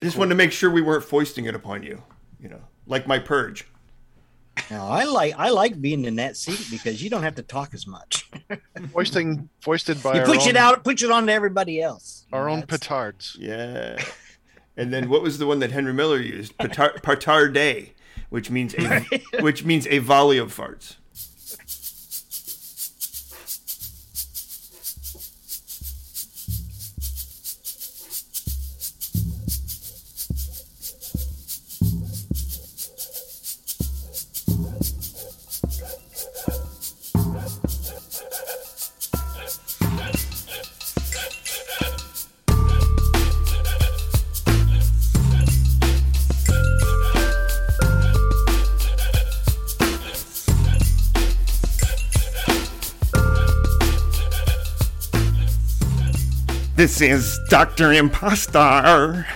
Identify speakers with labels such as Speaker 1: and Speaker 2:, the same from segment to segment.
Speaker 1: I just wanted to make sure we weren't foisting it upon you, you know, like my purge.
Speaker 2: Now I like I like being in that seat because you don't have to talk as much.
Speaker 3: Foisting, foisted by
Speaker 2: You
Speaker 3: our
Speaker 2: push
Speaker 3: own,
Speaker 2: it out, push it on to everybody else.
Speaker 3: our own
Speaker 2: That's-
Speaker 3: petards.
Speaker 1: Yeah. And then what was the one that Henry Miller used? Patar- Partardé, which means a, which means a volley of farts. This is Doctor Impostar.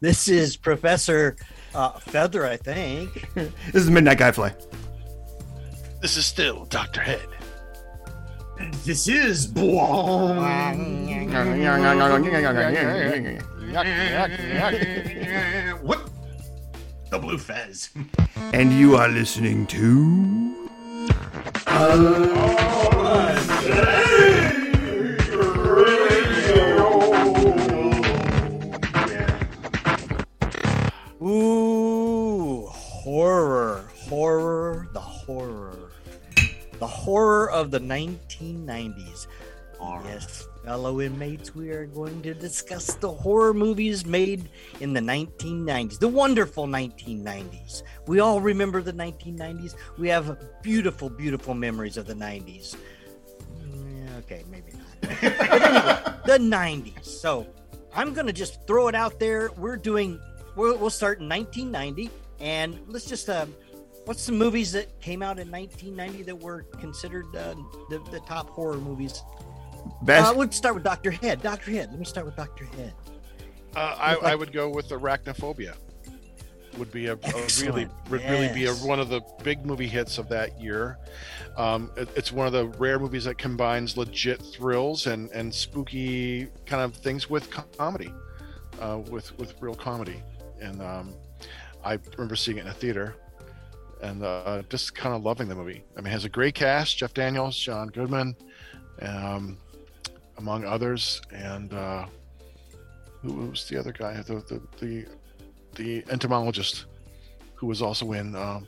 Speaker 2: This is Professor uh, Feather, I think.
Speaker 1: This is Midnight Guyfly.
Speaker 3: This is still Doctor Head.
Speaker 4: This is Blong. Whoop. The blue fez.
Speaker 1: And you are listening to.
Speaker 2: Ooh, horror, horror, the horror, the horror of the 1990s. Yes, fellow inmates, we are going to discuss the horror movies made in the 1990s, the wonderful 1990s. We all remember the 1990s. We have beautiful, beautiful memories of the 90s. Mm, Okay, maybe not. But anyway, the 90s. So I'm going to just throw it out there. We're doing, we'll, we'll start in 1990. And let's just, um, what's the movies that came out in 1990 that were considered uh, the, the top horror movies? Uh,
Speaker 1: Best.
Speaker 2: let's start with Dr. Head. Dr. Head. Let me start with Dr. Head.
Speaker 3: Uh, I, I would go with arachnophobia. Would be a, a really
Speaker 2: Excellent.
Speaker 3: would really be a,
Speaker 2: Yes.
Speaker 3: one of the big movie hits of that year. Um, it- it's one of the rare movies that combines legit thrills and and spooky kind of things with com- comedy, uh, with with real comedy. And um, I remember seeing it in a theater, and uh, just kind of loving the movie. I mean, it has a great cast: Jeff Daniels, John Goodman, um, among others, and. Uh, who was the other guy the the the, the entomologist who was also in um,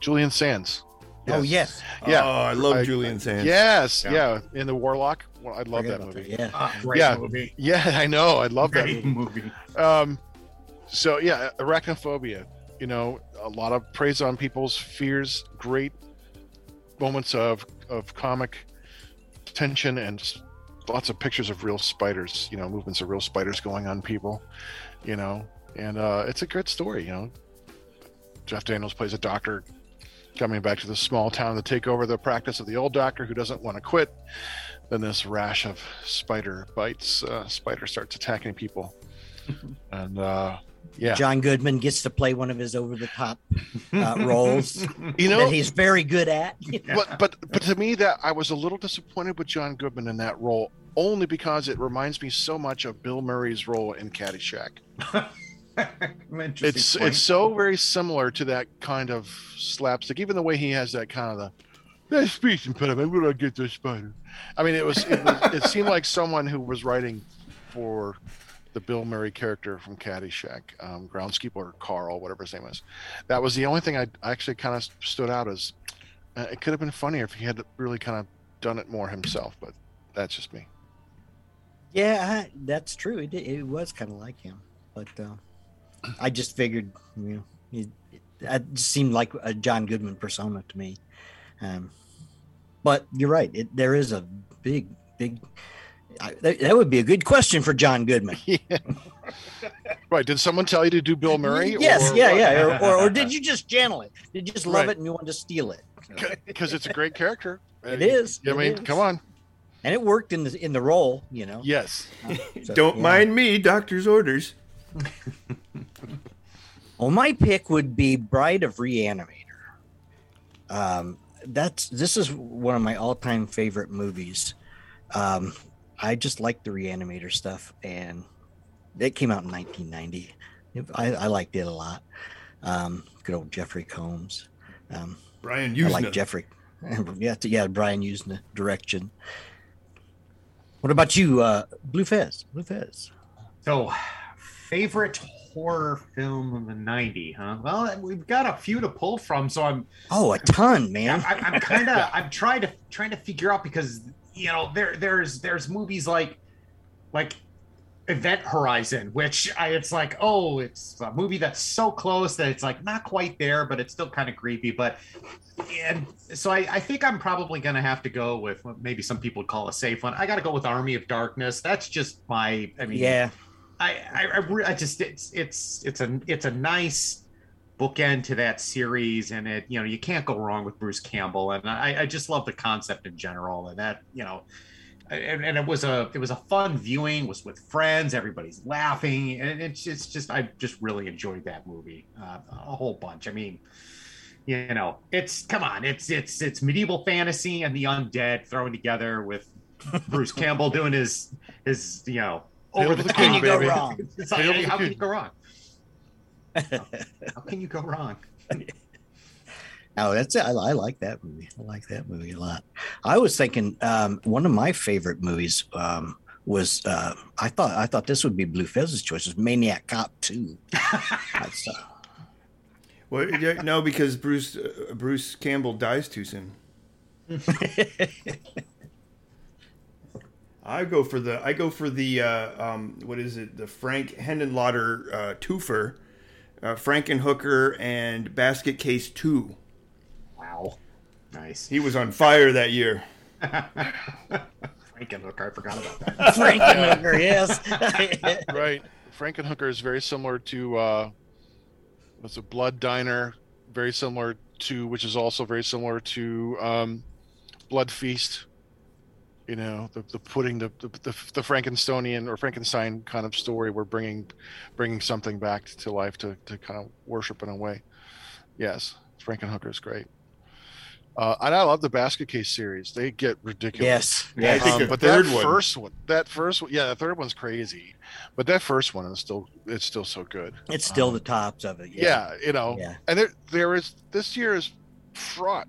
Speaker 3: julian sands
Speaker 2: Oh, yes.
Speaker 3: yeah.
Speaker 1: Oh, I love
Speaker 3: I-
Speaker 1: julian sands
Speaker 3: yes
Speaker 4: Yeah.
Speaker 3: yeah. in the warlock well, i love
Speaker 2: Forget
Speaker 3: that
Speaker 2: about
Speaker 3: movie
Speaker 2: Yeah.
Speaker 4: Ah, great
Speaker 3: Yeah.
Speaker 4: movie.
Speaker 3: yeah i know i love that
Speaker 4: Great movie.
Speaker 3: um so yeah arachnophobia you know a lot of praise on people's fears great moments of of comic tension and s- lots of pictures of real spiders you know movements of real spiders going on people you know and uh it's a good story you know jeff daniels plays a doctor coming back to the small town to take over the practice of the old doctor who doesn't want to quit then this rash of spider bites uh, spider starts attacking people and uh yeah
Speaker 2: John Goodman gets to play one of his over the top uh, roles
Speaker 3: you know
Speaker 2: that he's very good at.
Speaker 3: but but but to me that I was a little disappointed with John Goodman in that role only because it reminds me so much of Bill Murray's role in Caddyshack.
Speaker 4: Interesting
Speaker 3: It's
Speaker 4: point.
Speaker 3: it's so very similar to that kind of slapstick, even the way he has that kind of the that speech and put him. Where do I get this spider? I mean, it was it, was, it seemed like someone who was writing for the Bill Murray character from Caddyshack, um, groundskeeper Carl, whatever his name is. That was the only thing I actually kind of stood out as. Uh, it could have been funnier if he had really kind of done it more himself, but that's just me.
Speaker 2: yeah, I, that's true. It, it was kind of like him. But uh, I just figured, you know, it, it, it just seemed like a John Goodman persona to me. Um, but you're right. It, there is a big, big. I, that, that would be a good question for John Goodman.
Speaker 3: Right? Did someone tell you to do Bill Murray?
Speaker 2: Yes,
Speaker 3: or
Speaker 2: yeah,
Speaker 3: what?
Speaker 2: yeah. Or, or, or did you just channel it? Did you just love
Speaker 3: Right.
Speaker 2: it and you want to steal it?
Speaker 3: because it's a great character.
Speaker 2: It is.
Speaker 3: I
Speaker 2: it
Speaker 3: mean,
Speaker 2: is.
Speaker 3: come on.
Speaker 2: And it worked in the in the role, you know.
Speaker 3: Yes.
Speaker 2: So,
Speaker 1: Don't
Speaker 2: yeah.
Speaker 1: mind me, doctor's orders.
Speaker 2: Well, my pick would be Bride of Reanimator. Um, that's this is one of my all-time favorite movies. Um, I just like the Reanimator stuff, and It came out in 1990. It- I, I liked it a lot. Um, good old Jeffrey Combs. Um,
Speaker 1: Brian
Speaker 2: I
Speaker 1: Usna.
Speaker 2: like Jeffrey. yeah, t- yeah, Brian using the direction. What about you, uh, Blue Fez? Blue Fez.
Speaker 4: So, favorite horror film of the 90, huh? Well, we've got a few to pull from, so I'm
Speaker 2: Oh, a ton,
Speaker 4: Yeah,
Speaker 2: man.
Speaker 4: I'm, I'm kind of I'm trying to trying to figure out because you know there there's there's movies like like Event Horizon, which I it's like oh it's a movie that's so close that it's like not quite there, but it's still kind of creepy. But and so I I think I'm probably gonna have to go with what maybe some people would call a safe one. I got to go with Army of Darkness. That's just my I mean
Speaker 2: Yeah,
Speaker 4: I I, I, re- I just it's it's it's a it's a nice bookend to that series and it you know you can't go wrong with Bruce Campbell and I I just love the concept in general and that you know and, and it was a it was a fun viewing was with friends everybody's laughing and it's it's just I just really enjoyed that movie uh, a whole bunch I mean you know it's come on it's it's it's medieval fantasy and the undead thrown together with Bruce Campbell doing his his you know
Speaker 3: Hail
Speaker 4: over
Speaker 3: to
Speaker 4: the
Speaker 3: the king,
Speaker 4: top.
Speaker 2: you go
Speaker 3: baby.
Speaker 2: wrong.
Speaker 4: It's like,
Speaker 3: Hail
Speaker 4: hey,
Speaker 3: the
Speaker 4: how can
Speaker 3: king.
Speaker 4: you go wrong? How can you go wrong?
Speaker 2: Oh, that's it. I, I like that movie. I like that movie a lot. I was thinking um, one of my favorite movies um, was uh, I thought I thought this would be Blue Fez's choice was Maniac Cop Two. I saw-
Speaker 1: Well, yeah, no, because Bruce uh, Bruce Campbell dies too soon. I go for the I go for the uh, um, what is it the Frank Henenlotter uh, twofer, uh, Frankenhooker and Basket Case Two.
Speaker 4: Wow. Nice.
Speaker 1: He was on fire that year.
Speaker 4: Frankenhooker, I forgot about that.
Speaker 2: Frankenhooker, yes.
Speaker 3: Right. Frankenhooker is very similar to uh what's a Blood Diner, very similar to which is also very similar to um Blood Feast. You know, the the putting the the, the, the Frankenstonian or Frankenstein kind of story we're bringing bringing something back to life to to kind of worship in a way. Yes, Frankenhooker is great. Uh, and I love the basket case series. They get ridiculous.
Speaker 2: yes,
Speaker 1: Yeah, I
Speaker 2: yes.
Speaker 1: think
Speaker 3: Um,
Speaker 1: the
Speaker 3: but
Speaker 1: third
Speaker 3: that
Speaker 1: one-
Speaker 3: first one, that first one, yeah, the third one's crazy, but that first one is still it's still so good.
Speaker 2: it's still
Speaker 3: um,
Speaker 2: the tops of it.
Speaker 3: Yeah, you know,
Speaker 2: yeah.
Speaker 3: and there there is this year is fraught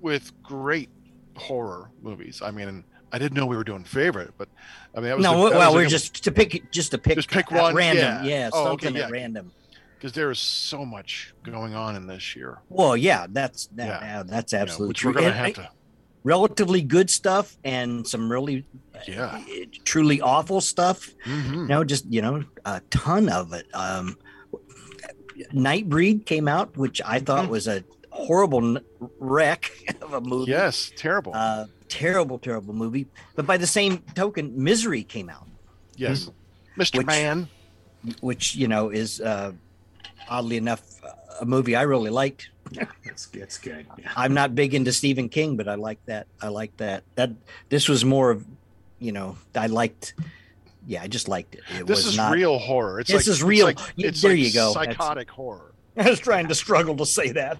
Speaker 3: with great horror movies. I mean, I didn't know we were doing favorite, but I mean, that was
Speaker 2: No,
Speaker 3: the- that
Speaker 2: well,
Speaker 3: was
Speaker 2: we're
Speaker 3: the-
Speaker 2: just to pick, just to pick,
Speaker 3: Just pick
Speaker 2: at
Speaker 3: one,
Speaker 2: random.
Speaker 3: yeah.
Speaker 2: Yeah,
Speaker 3: Oh, okay,
Speaker 2: something
Speaker 3: yeah.
Speaker 2: at random.
Speaker 3: because there is so much going on in this year.
Speaker 2: Well, yeah, that's that,
Speaker 3: Yeah.
Speaker 2: yeah, that's
Speaker 3: you know,
Speaker 2: absolutely
Speaker 3: which
Speaker 2: true.
Speaker 3: we're gonna
Speaker 2: And I-
Speaker 3: have to.
Speaker 2: relatively good stuff and some really
Speaker 3: Yeah.
Speaker 2: uh, truly awful stuff
Speaker 3: Mhm.
Speaker 2: you know just you know a ton of it um nightbreed came out which i thought
Speaker 3: Mm-hmm.
Speaker 2: was a horrible n- wreck of a movie
Speaker 3: Yes, terrible.
Speaker 2: uh terrible terrible movie but by the same token misery came out
Speaker 3: yes, Mr.
Speaker 2: Which-
Speaker 3: Man.
Speaker 2: which you know is uh oddly enough a movie i really liked
Speaker 4: It's, it's good. Yeah.
Speaker 2: I'm not big into Stephen King, but I like that. I like that. That this was more of, you know, I liked. Yeah, I just liked it. It
Speaker 3: This
Speaker 2: was
Speaker 3: is
Speaker 2: not,
Speaker 3: real horror. It's
Speaker 2: This
Speaker 3: like,
Speaker 2: is real.
Speaker 3: It's like,
Speaker 2: Y-
Speaker 3: it's
Speaker 2: there
Speaker 3: like
Speaker 2: you go. That's-
Speaker 3: Psychotic horror.
Speaker 2: I was trying to struggle to say that.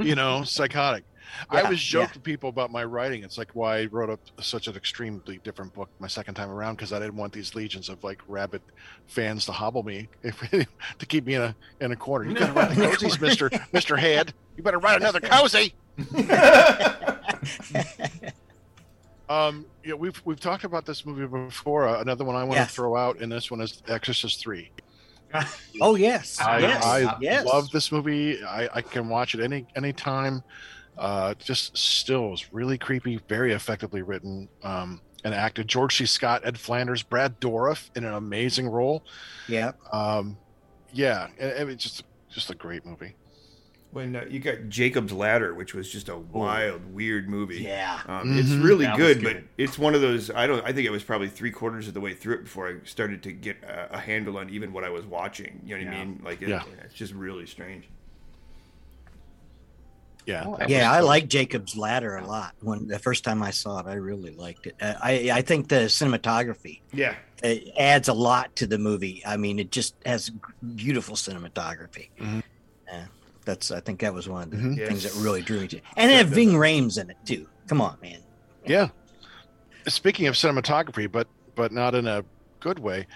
Speaker 3: you know, psychotic. I
Speaker 2: Yeah,
Speaker 3: was
Speaker 2: yeah.
Speaker 3: joking to people about my writing. It's like why I wrote up such an extremely different book my second time around because I didn't want these legions of like rabid fans to hobble me if, to keep me in a in a corner. You gotta write the cozies, Mister Mister Head. You better write another cozy. Um, yeah, we've we've talked about this movie before. Uh, another one I want to
Speaker 2: Yes.
Speaker 3: throw out, and this one is Exorcist Three.
Speaker 2: Oh yes,
Speaker 3: I,
Speaker 2: yes,
Speaker 3: I
Speaker 2: yes.
Speaker 3: love this movie. I, I can watch it any any time. Uh, just still is really creepy, very effectively written um, and acted. George C. Scott, Ed Flanders, Brad Dourif in an amazing role.
Speaker 2: yeah,
Speaker 3: Um, yeah, it, it's just just a great movie.
Speaker 1: when uh, you got Jacob's Ladder, which was just a wild, weird movie.
Speaker 2: yeah.
Speaker 1: Um, It's
Speaker 3: Mhm.
Speaker 1: really
Speaker 4: That was
Speaker 1: good,
Speaker 4: good.
Speaker 1: but it's one of those. I don't. I think I was probably three quarters of the way through it before I started to get a, a handle on even what I was watching. You know what I
Speaker 4: Yeah.
Speaker 1: mean? Like, it,
Speaker 3: Yeah.
Speaker 1: it's just really strange.
Speaker 3: Yeah,
Speaker 4: Oh,
Speaker 3: that was-
Speaker 2: Yeah, I like Jacob's Ladder a lot. When the first time I saw it, I really liked it. Uh, I I think the cinematography
Speaker 1: Yeah,
Speaker 2: it adds a lot to the movie. I mean, it just has beautiful cinematography.
Speaker 3: Mhm.
Speaker 2: Yeah, that's I think that was one of the
Speaker 3: Mhm.
Speaker 2: things
Speaker 1: Yes.
Speaker 2: that really drew me to. And it
Speaker 1: Yeah,
Speaker 2: had
Speaker 1: it
Speaker 2: Ving Rhames in it too. Come on, man.
Speaker 3: yeah. Speaking of cinematography, but but not in a good way.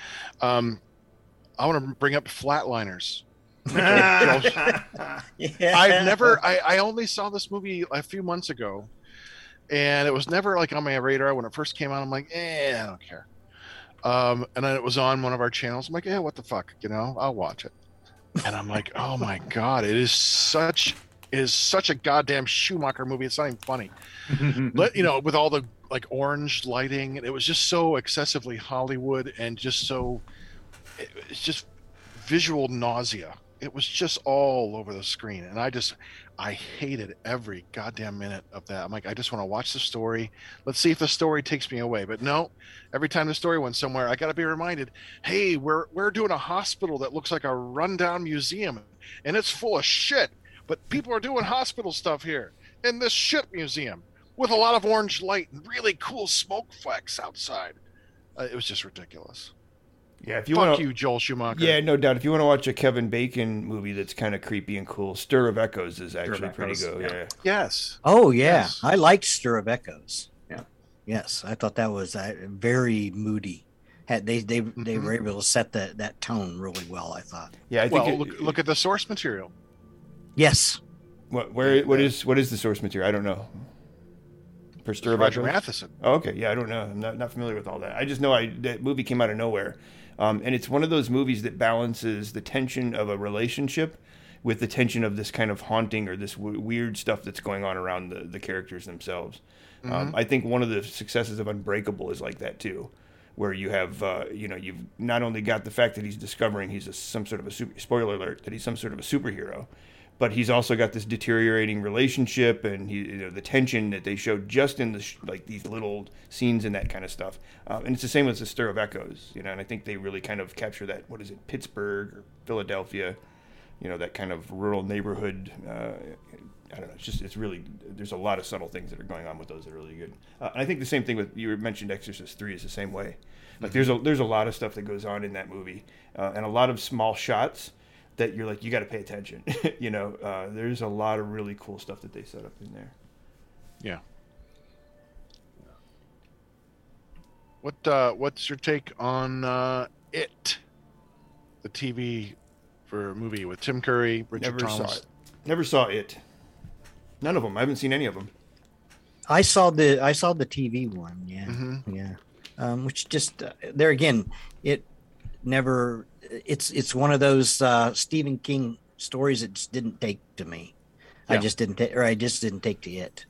Speaker 3: Um, I want to bring up Flatliners.
Speaker 2: Yeah.
Speaker 3: I've never. I, I only saw this movie a few months ago, and it was never like on my radar when it first came out. I'm like, eh, I don't care. Um, and then it was on one of our channels. I'm like, yeah, what the fuck, you know? I'll watch it. And I'm like, oh my god, it is such it is such a goddamn Schumacher movie. It's not even funny.
Speaker 4: Mm-hmm.
Speaker 3: But you know, with all the like orange lighting, and it was just so excessively Hollywood and just so it, it's just visual nausea. It was just all over the screen, and I just I hated every goddamn minute of that. I'm like, I just want to watch the story. Let's see if the story takes me away. But no, every time the story went somewhere, I got to be reminded, hey, we're we're doing a hospital that looks like a rundown museum, and it's full of shit. But people are doing hospital stuff here in this shit museum with a lot of orange light and really cool smoke flecks outside. Uh, it was just ridiculous.
Speaker 1: yeah, if you
Speaker 3: Fuck
Speaker 1: want to,
Speaker 3: you, Joel Schumacher.
Speaker 1: yeah, no doubt. If you want to watch a Kevin Bacon movie that's kind of creepy and cool, Stir of Echoes is actually
Speaker 4: of
Speaker 1: pretty
Speaker 4: Echoes,
Speaker 1: good.
Speaker 4: yeah.
Speaker 1: Yeah.
Speaker 3: Yes.
Speaker 2: Oh yeah,
Speaker 3: Yes.
Speaker 2: I liked Stir of Echoes.
Speaker 4: Yeah.
Speaker 2: Yes, I thought that was uh, very moody. Had they they they were able to set that that tone really well. I thought.
Speaker 1: yeah, I think.
Speaker 3: Well,
Speaker 1: it-
Speaker 3: look, look at the source material.
Speaker 2: Yes.
Speaker 1: what, where what is what is the source material? I don't know. For Stir of
Speaker 3: Roger
Speaker 1: Echoes?
Speaker 3: Matheson.
Speaker 1: Oh, okay. Yeah, I don't know. I'm not, not familiar with all that. I just know I that movie came out of nowhere. Um, and it's one of those movies that balances the tension of a relationship with the tension of this kind of haunting or this w- weird stuff that's going on around the, the characters themselves. Um, I think one of the successes of Unbreakable is like that too, where you have, uh, you know, you've not only got the fact that he's discovering he's a, some sort of a super, spoiler alert, that he's some sort of a superhero, but he's also got this deteriorating relationship and he, you know the tension that they showed just in the sh- like these little scenes and that kind of stuff um, and it's the same with the stir of echoes you know and i think they really kind of capture that what is it pittsburgh or philadelphia you know that kind of rural neighborhood uh, i don't know it's just it's really there's a lot of subtle things that are going on with those that are really good uh, and i think the same thing with you mentioned exorcist 3 is the same way like there's a there's a lot of stuff that goes on in that movie uh, and a lot of small shots that you're like you got to pay attention you know uh, there's a lot of really cool stuff that they set up in there
Speaker 3: Yeah. What uh, What's your take on uh, it, the TV for movie with Tim Curry, Bridget
Speaker 1: never
Speaker 3: Thomas?
Speaker 1: saw it never saw it none of them i haven't seen any of them
Speaker 2: I saw the I saw the TV one. Yeah,
Speaker 3: Mhm.
Speaker 2: yeah. Um, which just uh, there again, it never. It's it's one of those uh, Stephen King stories that just didn't take to me. I
Speaker 3: Yeah.
Speaker 2: just didn't, ta- or I just didn't take to it.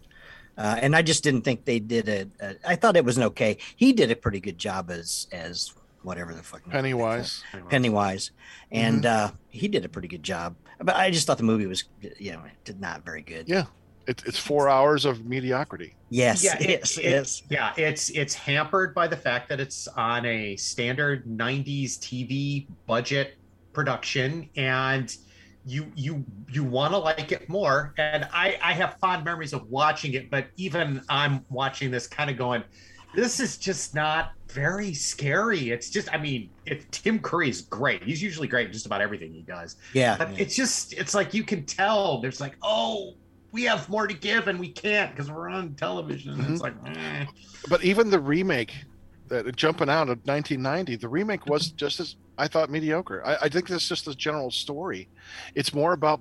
Speaker 2: Uh, and I just didn't think they did a, a. I thought it was an okay. He did a pretty good job as as whatever the fuck.
Speaker 3: Pennywise. Mm-hmm.
Speaker 2: Pennywise, and uh, he did a pretty good job. But I just thought the movie was, you know, did not very good.
Speaker 3: Yeah. It, it's four hours of mediocrity.
Speaker 2: Yes,
Speaker 4: Yeah, it-
Speaker 2: yes,
Speaker 4: it-
Speaker 2: yes.
Speaker 4: Yeah, it's it's hampered by the fact that it's on a standard 90s TV budget production and you you you want to like it more and I I have fond memories of watching it but even I'm watching this kind of going this is just not very scary. It's just I mean, it, Tim Curry is great. He's usually great in just about everything he does.
Speaker 2: Yeah,
Speaker 4: But
Speaker 2: yeah.
Speaker 4: it's just it's like you can tell there's like oh we have more to give and we can't because we're on television. And It's like eh.
Speaker 3: But even the remake, that jumping out of 1990, the remake was just as I thought mediocre. I, I think that's just the general story. It's more about,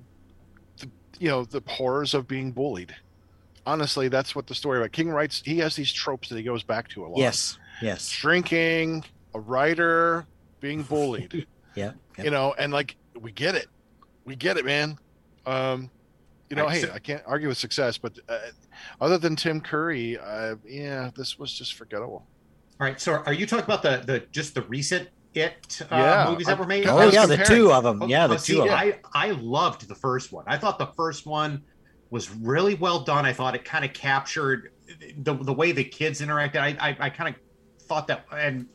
Speaker 3: the, you know, the horrors of being bullied. Honestly, that's what the story about King writes. He has these tropes that he goes back to a lot.
Speaker 2: Yes, yes,
Speaker 3: drinking, a writer, being bullied.
Speaker 2: yeah, yeah.
Speaker 3: you know, and like we get it, we get it, man. Um, you know,
Speaker 4: Right,
Speaker 3: hey,
Speaker 4: so-
Speaker 3: I can't argue with success, but uh, other than Tim Curry, uh, yeah, this was just forgettable.
Speaker 4: All right, so are you talking about the the just the recent it uh,
Speaker 3: Yeah,
Speaker 4: movies that were made?
Speaker 3: I
Speaker 2: Oh
Speaker 3: was
Speaker 2: yeah, the
Speaker 3: comparing.
Speaker 2: two of them.
Speaker 4: Oh,
Speaker 2: Yeah, the
Speaker 4: oh, see,
Speaker 2: two of them.
Speaker 4: I I loved the first one. I thought the first one was really well done. I thought it kind of captured the the way the kids interacted. I I, I kind of thought that and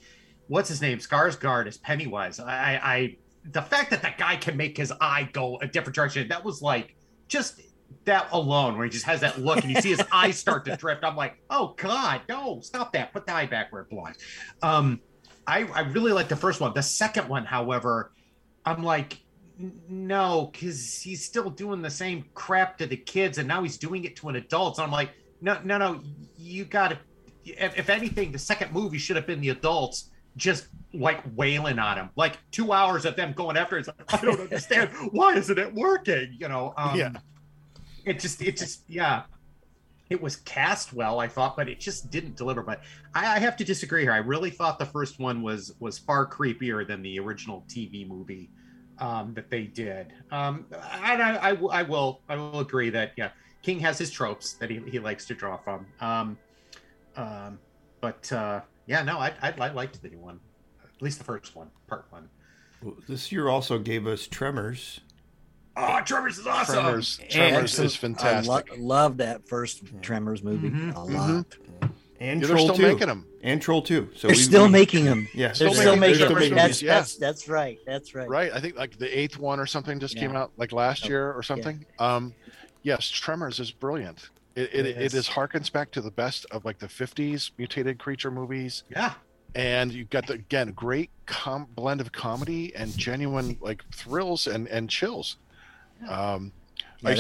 Speaker 4: what's his name Skarsgård is Pennywise. I I- I the fact that that guy can make his eye go a different direction that was like just that alone where he just has that look and you see his eyes start to drift. I'm like, oh god, no, stop that. Put the eye back where it belongs. Um, I I really like the first one. The second one, however. I'm like, "N- no, because he's still doing the same crap to the kids, and now he's doing it to an adult. And I'm like, no, no, no, you got to. If, if anything, the second movie should have been the adults just like wailing on him, like two hours of them going after. It. It's like I don't understand why isn't it working? You know, um,
Speaker 3: Yeah.
Speaker 4: It just, it just, yeah. It was cast well, I thought, but it just didn't deliver. But I, I have to disagree here. I really thought the first one was was far creepier than the original TV movie um, that they did. Um, and I, I, w- I will I will agree that yeah, King has his tropes that he, he likes to draw from. Um, um, but uh, yeah, no, I, I I liked the new one, at least the first one, part one.
Speaker 1: Well, this year also gave us Tremors.
Speaker 4: Oh, Trevor's is awesome.
Speaker 3: Tremors, Tremors
Speaker 2: Excellent.
Speaker 3: is fantastic.
Speaker 2: I lo- love that first Tremors movie
Speaker 1: Mm-hmm.
Speaker 4: Mhm.
Speaker 2: a lot.
Speaker 3: Mhm.
Speaker 1: And
Speaker 3: Yeah, they're
Speaker 1: Troll
Speaker 3: still
Speaker 1: 2.
Speaker 3: making them.
Speaker 1: And Troll 2. So
Speaker 2: They're
Speaker 1: we-
Speaker 2: still
Speaker 1: we-
Speaker 2: making them.
Speaker 1: Yeah,
Speaker 2: They're
Speaker 3: Still
Speaker 2: still
Speaker 3: making-
Speaker 2: making
Speaker 3: they're
Speaker 2: them.
Speaker 3: making
Speaker 2: That's,
Speaker 3: movies, yeah.
Speaker 2: that's that's right. That's right.
Speaker 3: right i think like the eighth one or something just came
Speaker 2: Yeah.
Speaker 3: out like last
Speaker 2: Oh,
Speaker 3: year or something um yes tremors is brilliant it, it,
Speaker 2: It
Speaker 3: it
Speaker 2: is.
Speaker 3: is harkens back to the best of like the 50s mutated creature movies
Speaker 4: Yeah,
Speaker 3: and you've got the again great com- blend of comedy and genuine like thrills and and chills um
Speaker 2: Yeah,
Speaker 3: I used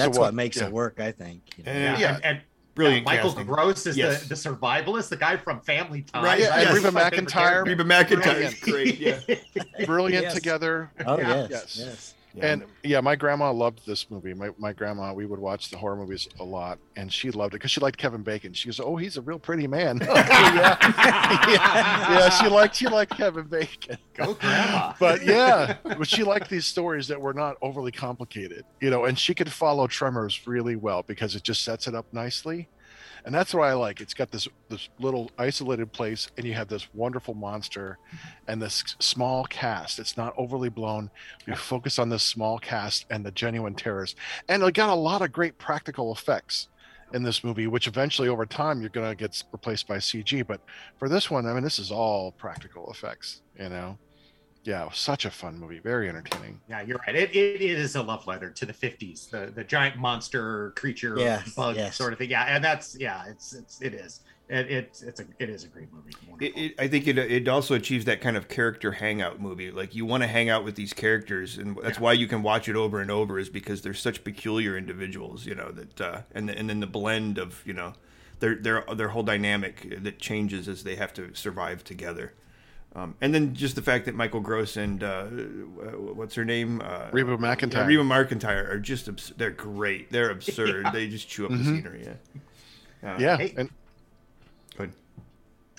Speaker 3: to
Speaker 2: that's
Speaker 3: wa-
Speaker 2: what makes
Speaker 3: yeah.
Speaker 2: it work. I think. you know.
Speaker 1: And-
Speaker 4: yeah,
Speaker 3: Yeah.
Speaker 4: And, and
Speaker 1: Brilliant
Speaker 4: Michael
Speaker 1: casting.
Speaker 4: Gross is
Speaker 1: Yes.
Speaker 4: the, the survivalist, the guy from Family Ties.
Speaker 1: Right,
Speaker 3: yeah,
Speaker 4: I-
Speaker 3: and
Speaker 4: that's
Speaker 3: Reba
Speaker 4: my favorite
Speaker 3: McEntire.
Speaker 4: character.
Speaker 1: Reba McIntyre.
Speaker 3: Brilliant.
Speaker 1: Great, yeah.
Speaker 3: brilliant
Speaker 2: Yes.
Speaker 3: together
Speaker 2: Oh
Speaker 4: Yeah.
Speaker 2: yes,
Speaker 3: Yes.
Speaker 2: yes.
Speaker 1: Yeah.
Speaker 3: And yeah, my grandma loved this movie. My, my grandma, we would watch the horror movies a lot, and she loved it because she liked Kevin Bacon. She goes, "Oh, he's a real pretty man." yeah, yeah, she liked she liked Kevin Bacon.
Speaker 4: Go grandma.
Speaker 3: But yeah, but she liked these stories that were not overly complicated, you know. And she could follow Tremors really well because it just sets it up nicely, and that's what I like. It's got this this little isolated place, and you have this wonderful monster, and this small cast. It's not overly blown. We focus on this small cast and the genuine terrors, and it got a lot of great practical effects in this movie, which eventually over time you're gonna get replaced by CG. But for this one, I mean, this is all practical effects. You know, yeah, it was such a fun movie, very entertaining.
Speaker 4: Yeah, you're right. It, it, it is a love letter to the 50s, the, the giant monster creature
Speaker 2: Yes,
Speaker 4: bug
Speaker 2: yes.
Speaker 4: sort of thing. Yeah, and that's yeah, it's it's it is. It, it's it's a it is a great movie.
Speaker 1: It,
Speaker 4: Wonderful.
Speaker 1: it, I think it it also achieves that kind of character hangout movie. Like you want to hang out with these characters, and that's why you can watch it over and over. Is because they're such peculiar individuals, you know. That uh, and the, and then the blend of you know their their their whole dynamic that changes as they have to survive together. Um, and then just the fact that Michael Gross and uh, what's her name, uh,
Speaker 3: Reba McEntire.
Speaker 1: yeah, Reba McEntire are just abs- they're great. They're absurd. They just chew up the scenery. Yeah.
Speaker 3: yeah,
Speaker 4: Hey.
Speaker 3: and
Speaker 1: Good.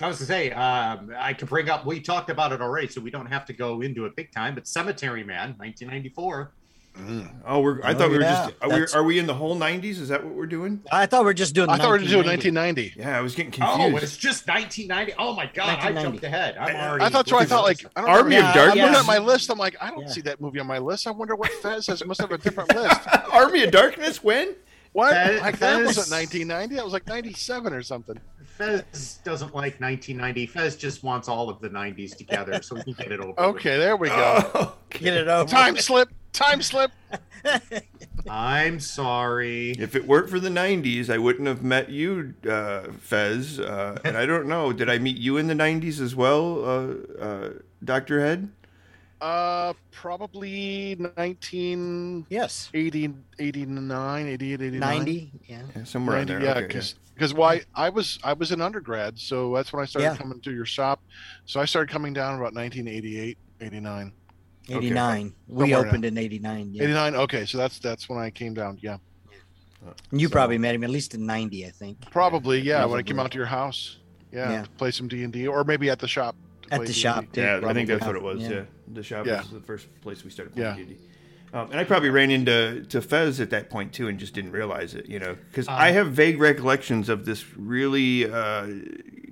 Speaker 4: I was gonna say, um, I could bring up we talked about it already, so we don't have to go into it big time, but Cemetery Man, nineteen ninety four.
Speaker 1: Oh, we're. I
Speaker 2: Oh,
Speaker 1: thought we were
Speaker 2: yeah.
Speaker 1: just. Are we,
Speaker 2: That's-
Speaker 1: are we in the whole '90s? Is that what we're doing?
Speaker 2: I thought we were just doing.
Speaker 3: I thought we were doing
Speaker 2: 1990.
Speaker 3: 1990.
Speaker 1: Yeah, I was getting
Speaker 4: Oh,
Speaker 1: confused.
Speaker 4: it's just nineteen ninety. Oh my god, I
Speaker 2: 1990.
Speaker 4: jumped ahead. I'm
Speaker 1: I-
Speaker 4: already
Speaker 3: I thought so. I thought like I don't
Speaker 1: Army
Speaker 3: remember-
Speaker 1: of
Speaker 3: I'm looking
Speaker 2: Darkness?
Speaker 3: at my list. I'm like, I don't
Speaker 2: Yeah.
Speaker 3: see that movie on my list. I wonder what Fez has. Must have a different list.
Speaker 1: Army of Darkness. When?
Speaker 3: What?
Speaker 4: That-
Speaker 3: like that
Speaker 4: that
Speaker 3: wasn't
Speaker 4: is-
Speaker 3: 1990. That was like 97 or something.
Speaker 4: Fez doesn't like nineteen ninety. Fez just wants all of the nineties together so we can get it over. with.
Speaker 3: Okay, there we go.
Speaker 1: Oh,
Speaker 2: Get it over.
Speaker 3: Time slip. Time slip.
Speaker 4: I'm sorry.
Speaker 1: if it weren't for the '90s, I wouldn't have met you, uh, Fez. Uh, and I don't know. Did I meet you in the '90s as well, uh, uh, Doctor Head?
Speaker 3: Uh, probably 1989,
Speaker 2: Yes.
Speaker 3: 89, 88, 89.
Speaker 2: Ninety. Yeah.
Speaker 1: Yeah, somewhere in
Speaker 3: 90,
Speaker 1: there.
Speaker 3: yeah,
Speaker 1: okay,
Speaker 3: because why I was I was an undergrad, so that's when I started
Speaker 2: Yeah.
Speaker 3: coming to your shop. So I started coming down about 1988, 89,
Speaker 1: Okay.
Speaker 2: Eighty nine. We
Speaker 3: Somewhere around.
Speaker 2: opened in eighty nine. Yeah.
Speaker 3: 89. Okay, so that's that's when I came down. Yeah,
Speaker 2: You
Speaker 1: So-
Speaker 2: probably met him at least in ninety, I think.
Speaker 3: probably. Yeah, when I came
Speaker 1: probably.
Speaker 3: out to your house. Yeah,
Speaker 2: Yeah.
Speaker 3: to play some D and D, or maybe at the shop. to
Speaker 2: At
Speaker 3: play
Speaker 2: the
Speaker 3: D&D.
Speaker 2: shop. too,
Speaker 1: yeah, I
Speaker 2: probably.
Speaker 1: think that's what it was. Yeah, the shop
Speaker 3: Yeah.
Speaker 1: was the first place we started playing
Speaker 3: Yeah.
Speaker 1: D&D. Um, and I probably ran into to Fez at that point too, and just didn't realize it, you know, because I have vague recollections of this really uh,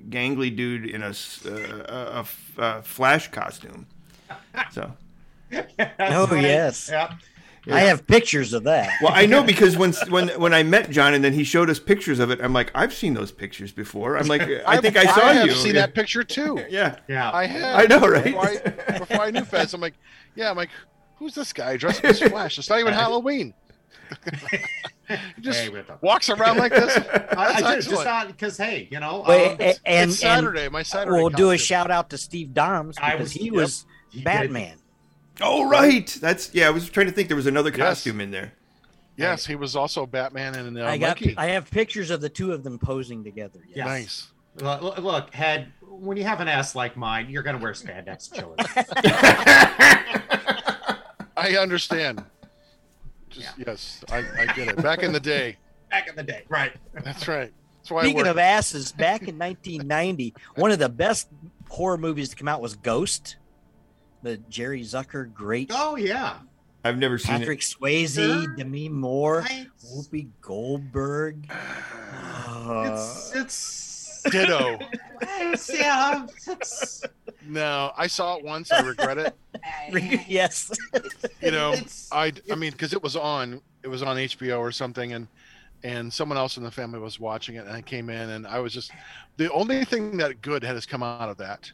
Speaker 1: gangly dude in a, s- uh, a- a f- a flash costume. So,
Speaker 2: Oh, yes.
Speaker 4: Yep.
Speaker 2: I have pictures of that.
Speaker 1: well, I know because when when when I met John, and then he showed us pictures of it. I'm like, I've seen those pictures before. I'm like, I think I saw
Speaker 3: have
Speaker 1: you.
Speaker 3: seen
Speaker 1: yeah.
Speaker 3: that picture too.
Speaker 1: Yeah.
Speaker 4: Yeah.
Speaker 3: I have.
Speaker 1: I know, right?
Speaker 3: Before I, before I knew Fez, I'm like, yeah, I'm like, who's this guy dressed as Flash? It's not even Halloween. he just
Speaker 4: Hey, we're done.
Speaker 3: walks around like this.
Speaker 4: I, I
Speaker 3: That's
Speaker 4: just,
Speaker 3: excellent.
Speaker 4: just thought because hey, you know,
Speaker 2: Wait, eh,
Speaker 4: um,
Speaker 2: a- and,
Speaker 3: it's
Speaker 2: and uh,
Speaker 3: Saturday. my Saturday.
Speaker 2: we'll do a
Speaker 3: costume.
Speaker 2: shout out to Steve Doms
Speaker 4: I
Speaker 2: because
Speaker 4: was-
Speaker 2: he
Speaker 4: yep.
Speaker 2: was
Speaker 4: he did-
Speaker 2: Batman.
Speaker 1: Oh, right. That's yeah. I was trying to think. There was another costume in there.
Speaker 3: Yes, he was also Batman and uh,
Speaker 2: I got.
Speaker 3: Monkey.
Speaker 2: I have pictures of the two of them posing together. Yeah.
Speaker 4: Yeah.
Speaker 3: Nice.
Speaker 4: Look, look, had when you have an ass like mine, you're gonna wear spandex chillers.
Speaker 3: I understand. Just yes, I, I get it. Back in the day,
Speaker 4: Back in the day, right?
Speaker 3: that's right. That's why
Speaker 2: Speaking
Speaker 3: I
Speaker 2: of
Speaker 3: work.
Speaker 2: asses, back in 1990, one of the best horror movies to come out was Ghost, the Jerry Zucker great.
Speaker 4: Oh yeah.
Speaker 1: I've never seen
Speaker 2: Patrick Swayze,
Speaker 4: Sure.
Speaker 2: Demi Moore,
Speaker 4: It's
Speaker 2: Whoopi Goldberg. Uh,
Speaker 4: it's
Speaker 3: Ditto.
Speaker 4: it's yeah. It's,
Speaker 3: No, I saw it once. I regret it.
Speaker 2: yes.
Speaker 3: You know,
Speaker 4: It's-
Speaker 3: I I mean, because it was on, it was on HBO or something, and and someone else in the family was watching it, and I came in, and I was just the only thing that good has come out of that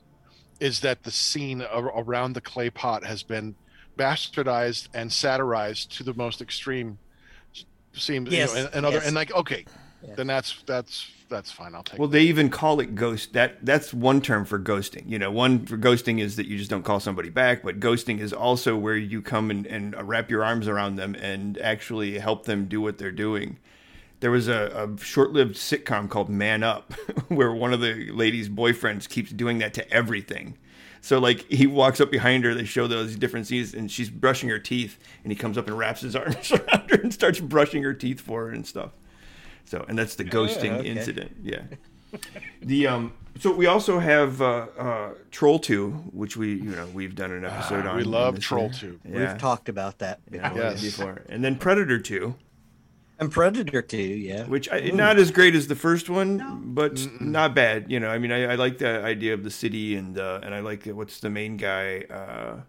Speaker 3: is that the scene a- around the clay pot has been bastardized and satirized to the most extreme. Seems
Speaker 2: Yes,
Speaker 3: you know, and, and other
Speaker 2: yes.
Speaker 3: and like okay,
Speaker 2: Yeah.
Speaker 3: then that's that's that's fine. I'll take.
Speaker 1: Well,
Speaker 3: it.
Speaker 1: they even call it ghost. That that's one term for ghosting. You know, one for ghosting is that you just don't call somebody back, but ghosting is also where you come and, and wrap your arms around them and actually help them do what they're doing. There was a, a short-lived sitcom called Man Up, where one of the ladies' boyfriends keeps doing that to everything. So like he walks up behind her, they show those different scenes, and she's brushing her teeth, and he comes up and wraps his arms around her and starts brushing her teeth for her and stuff. So, and that's the ghosting
Speaker 2: okay.
Speaker 1: incident. Yeah. the um. So we also have uh, uh, Troll Two, which we you know we've done an episode on.
Speaker 3: Ah, we
Speaker 1: in
Speaker 3: love
Speaker 1: this
Speaker 3: Troll
Speaker 1: year.
Speaker 3: Two.
Speaker 1: Yeah.
Speaker 2: We've talked about that.
Speaker 1: Yeah, we
Speaker 2: before.
Speaker 1: did
Speaker 3: Yes.
Speaker 1: before. And then Predator Two,
Speaker 2: And Predator too, yeah.
Speaker 1: which I, not as great as the first one, but not bad. You know, I mean, I, I like the idea of the city and uh, and I like the, what's the main guy. Uh,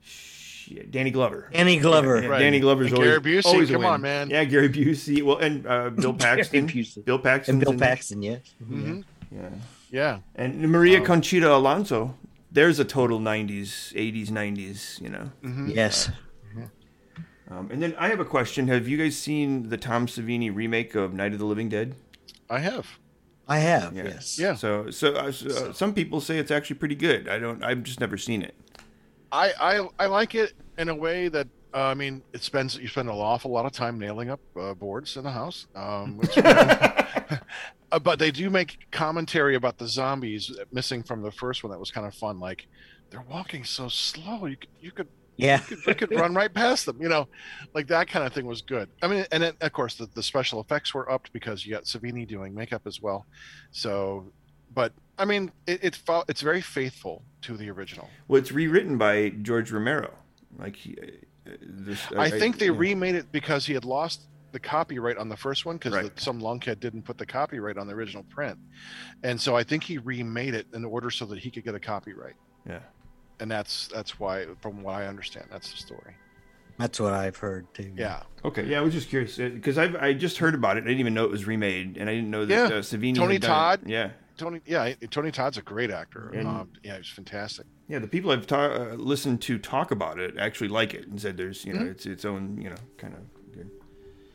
Speaker 1: shit, Danny Glover.
Speaker 2: Danny Glover.
Speaker 1: Yeah,
Speaker 3: Right.
Speaker 1: Danny Glover's
Speaker 3: And
Speaker 1: always,
Speaker 3: Gary Busey,
Speaker 1: always a
Speaker 3: come
Speaker 1: win.
Speaker 3: on, man.
Speaker 1: Yeah, Gary Busey. Well, and uh, Bill Paxton.
Speaker 2: Busey.
Speaker 1: Bill Paxton.
Speaker 2: And Bill Paxton, yeah.
Speaker 3: Mhm.
Speaker 1: Yeah.
Speaker 3: Yeah,
Speaker 1: And Maria Conchita Alonso. There's a total 90s, 80s, 90s, you know.
Speaker 3: Mm-hmm.
Speaker 2: Yes.
Speaker 1: Um, and then I have a question. Have you guys seen the Tom Savini remake of Night of the Living Dead?
Speaker 3: I have.
Speaker 2: I have,
Speaker 1: Yeah.
Speaker 2: yes.
Speaker 3: Yeah.
Speaker 1: So, so, uh, so uh, some people say it's actually pretty good. I don't, I've just never seen it.
Speaker 3: I, I I like it in a way that uh, I mean it spends you spend an awful lot of time nailing up uh, boards in the house, um, which, Uh, but they do make commentary about the zombies missing from the first one that was kind of fun. Like they're walking so slow, you could you could
Speaker 2: Yeah.
Speaker 3: you could, you could run right past them, you know, like that kind of thing was good. I mean, and then, of course the, the special effects were upped because you got Savini doing makeup as well. So, but I mean it, it fo- it's very faithful to the original.
Speaker 1: Well, it's rewritten by George Romero. Like, he, uh, this,
Speaker 3: I think they
Speaker 1: yeah.
Speaker 3: remade it because he had lost the copyright on the first one because
Speaker 1: Right.
Speaker 3: some lunkhead didn't put the copyright on the original print, and so I think he remade it in order so that he could get a copyright,
Speaker 1: Yeah.
Speaker 3: and that's that's why, from what I understand, that's the story.
Speaker 2: That's what I've heard
Speaker 1: Mm-hmm.
Speaker 2: too.
Speaker 3: Yeah,
Speaker 1: Okay, yeah, I was just curious because I I just heard about it. I didn't even know it was remade, and I didn't know that
Speaker 3: Yeah.
Speaker 1: uh, Savini.
Speaker 3: Tony
Speaker 1: had done it.
Speaker 3: Todd.
Speaker 1: Yeah,
Speaker 3: Tony. Yeah, I- Tony Todd's a great actor.
Speaker 1: And-
Speaker 3: um, yeah, he's fantastic.
Speaker 1: yeah. The people I've ta- uh, listened to talk about it actually like it and said there's you know it's its own you know kind of good.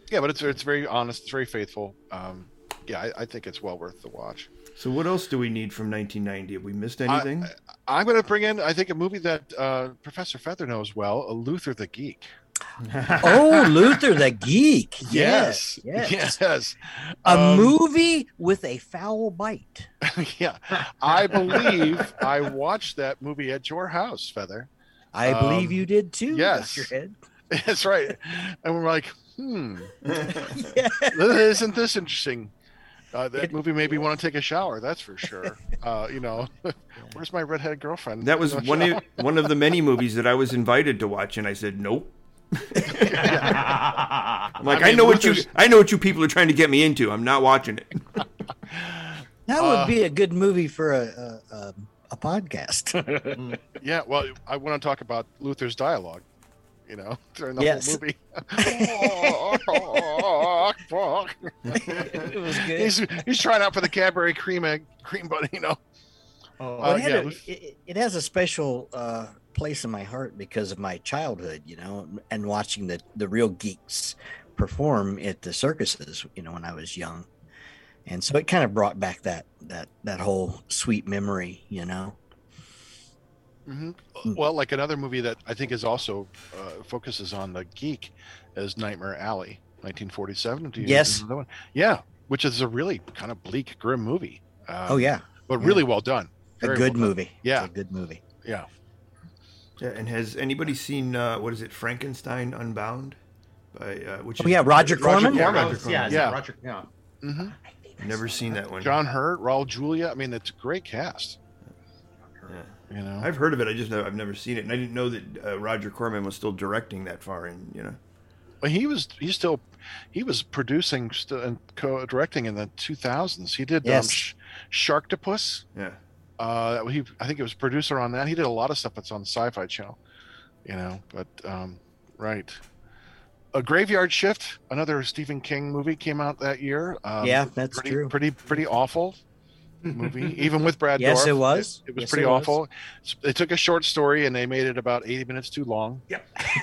Speaker 3: Yeah, but it's it's very honest. It's very faithful. Um, yeah, I, I think it's well worth the watch.
Speaker 1: So what else do we need from 1990? Have we missed
Speaker 3: I-
Speaker 1: anything?
Speaker 3: I, am going to bring in, I think, a movie that uh, Professor Feather knows well, uh, Luther the Geek.
Speaker 2: Oh, Luther the Geek. Yes.
Speaker 3: yes,
Speaker 2: Yes.
Speaker 3: yes.
Speaker 2: A
Speaker 3: Um,
Speaker 2: movie with a foul bite.
Speaker 3: yeah, I believe I watched that movie at your house, Feather.
Speaker 2: I
Speaker 3: um,
Speaker 2: believe you did too.
Speaker 3: yes.
Speaker 2: Dr. Head.
Speaker 3: That's right. And we're like, hmm,
Speaker 2: Yeah.
Speaker 3: isn't this interesting? Uh, that
Speaker 2: It-
Speaker 3: movie made me want to take a shower. That's for sure. Uh, you know, where's my redheaded girlfriend?
Speaker 1: that was
Speaker 3: No
Speaker 1: one
Speaker 3: shower.
Speaker 1: of, one of the many movies that I was invited to watch, and I said nope. I'm like I,
Speaker 3: I mean,
Speaker 1: know what
Speaker 3: Luther's-
Speaker 1: you I know what you people are trying to get me into. I'm not watching it.
Speaker 2: That
Speaker 3: Uh,
Speaker 2: would be a good movie for a a, a, a podcast.
Speaker 3: Yeah. Well, I want to talk about Luther's dialogue. You know, during the
Speaker 2: Yes.
Speaker 3: whole movie.
Speaker 2: it was good.
Speaker 3: he's, he's trying out for the Cadbury cream egg cream bun. You know.
Speaker 4: Oh,
Speaker 2: Well,
Speaker 3: Uh,
Speaker 2: it, had
Speaker 3: yeah,
Speaker 2: a-
Speaker 3: Luth-
Speaker 2: it, it has a special uh, place in my heart because of my childhood, you know, and watching the, the real geeks perform at the circuses, you know, when I was young. And so it kind of brought back that that that whole sweet memory, you know.
Speaker 3: Uh, hmm
Speaker 2: Hmm.
Speaker 3: Well, like another movie that I think is also uh, focuses on the geek is Nightmare Alley, 1947. Do you
Speaker 2: Yes.
Speaker 3: remember that one? Yeah, which is a really kind of bleak, grim movie. Uh,
Speaker 2: Oh yeah,
Speaker 3: but really well done.
Speaker 2: a
Speaker 3: Very
Speaker 2: good
Speaker 3: well done.
Speaker 2: movie.
Speaker 3: Yeah.
Speaker 2: It's a good movie.
Speaker 3: Yeah.
Speaker 1: Yeah, and has anybody seen uh, what is it, Frankenstein Unbound? By uh, which?
Speaker 2: Oh
Speaker 1: is-
Speaker 2: yeah, Roger Corman.
Speaker 1: Yeah,
Speaker 4: Corman.
Speaker 1: Roger Corman.
Speaker 4: yeah, is it
Speaker 3: Yeah.
Speaker 4: Roger, yeah.
Speaker 2: Mm-hmm.
Speaker 3: hmm
Speaker 1: Never seen that one.
Speaker 3: John Hurt, Raul Julia. I mean, it's a great cast.
Speaker 1: Yeah.
Speaker 3: You know,
Speaker 1: I've heard of it. I just know I've never seen it, and I didn't know that uh, Roger Corman was still directing that far in. You know.
Speaker 3: Well, he was he still he was producing st- and co-directing in the 2000s. He did
Speaker 2: Yes.
Speaker 3: um, Sh- Sharktopus.
Speaker 1: Yeah.
Speaker 3: Uh, he I think it was producer on that. He did a lot of stuff that's on Sci-Fi Channel. You know, but um, right. A Graveyard Shift, another Stephen King movie, came out that year. Um,
Speaker 2: yeah, that's
Speaker 3: pretty,
Speaker 2: true.
Speaker 3: Pretty pretty awful movie, even with Brad.
Speaker 2: Yes,
Speaker 3: Dourif.
Speaker 2: it was.
Speaker 3: It, it was
Speaker 2: Yes,
Speaker 3: pretty
Speaker 2: it was.
Speaker 3: awful. S- They took a short story and they made it about 80 minutes too long.
Speaker 2: yeah.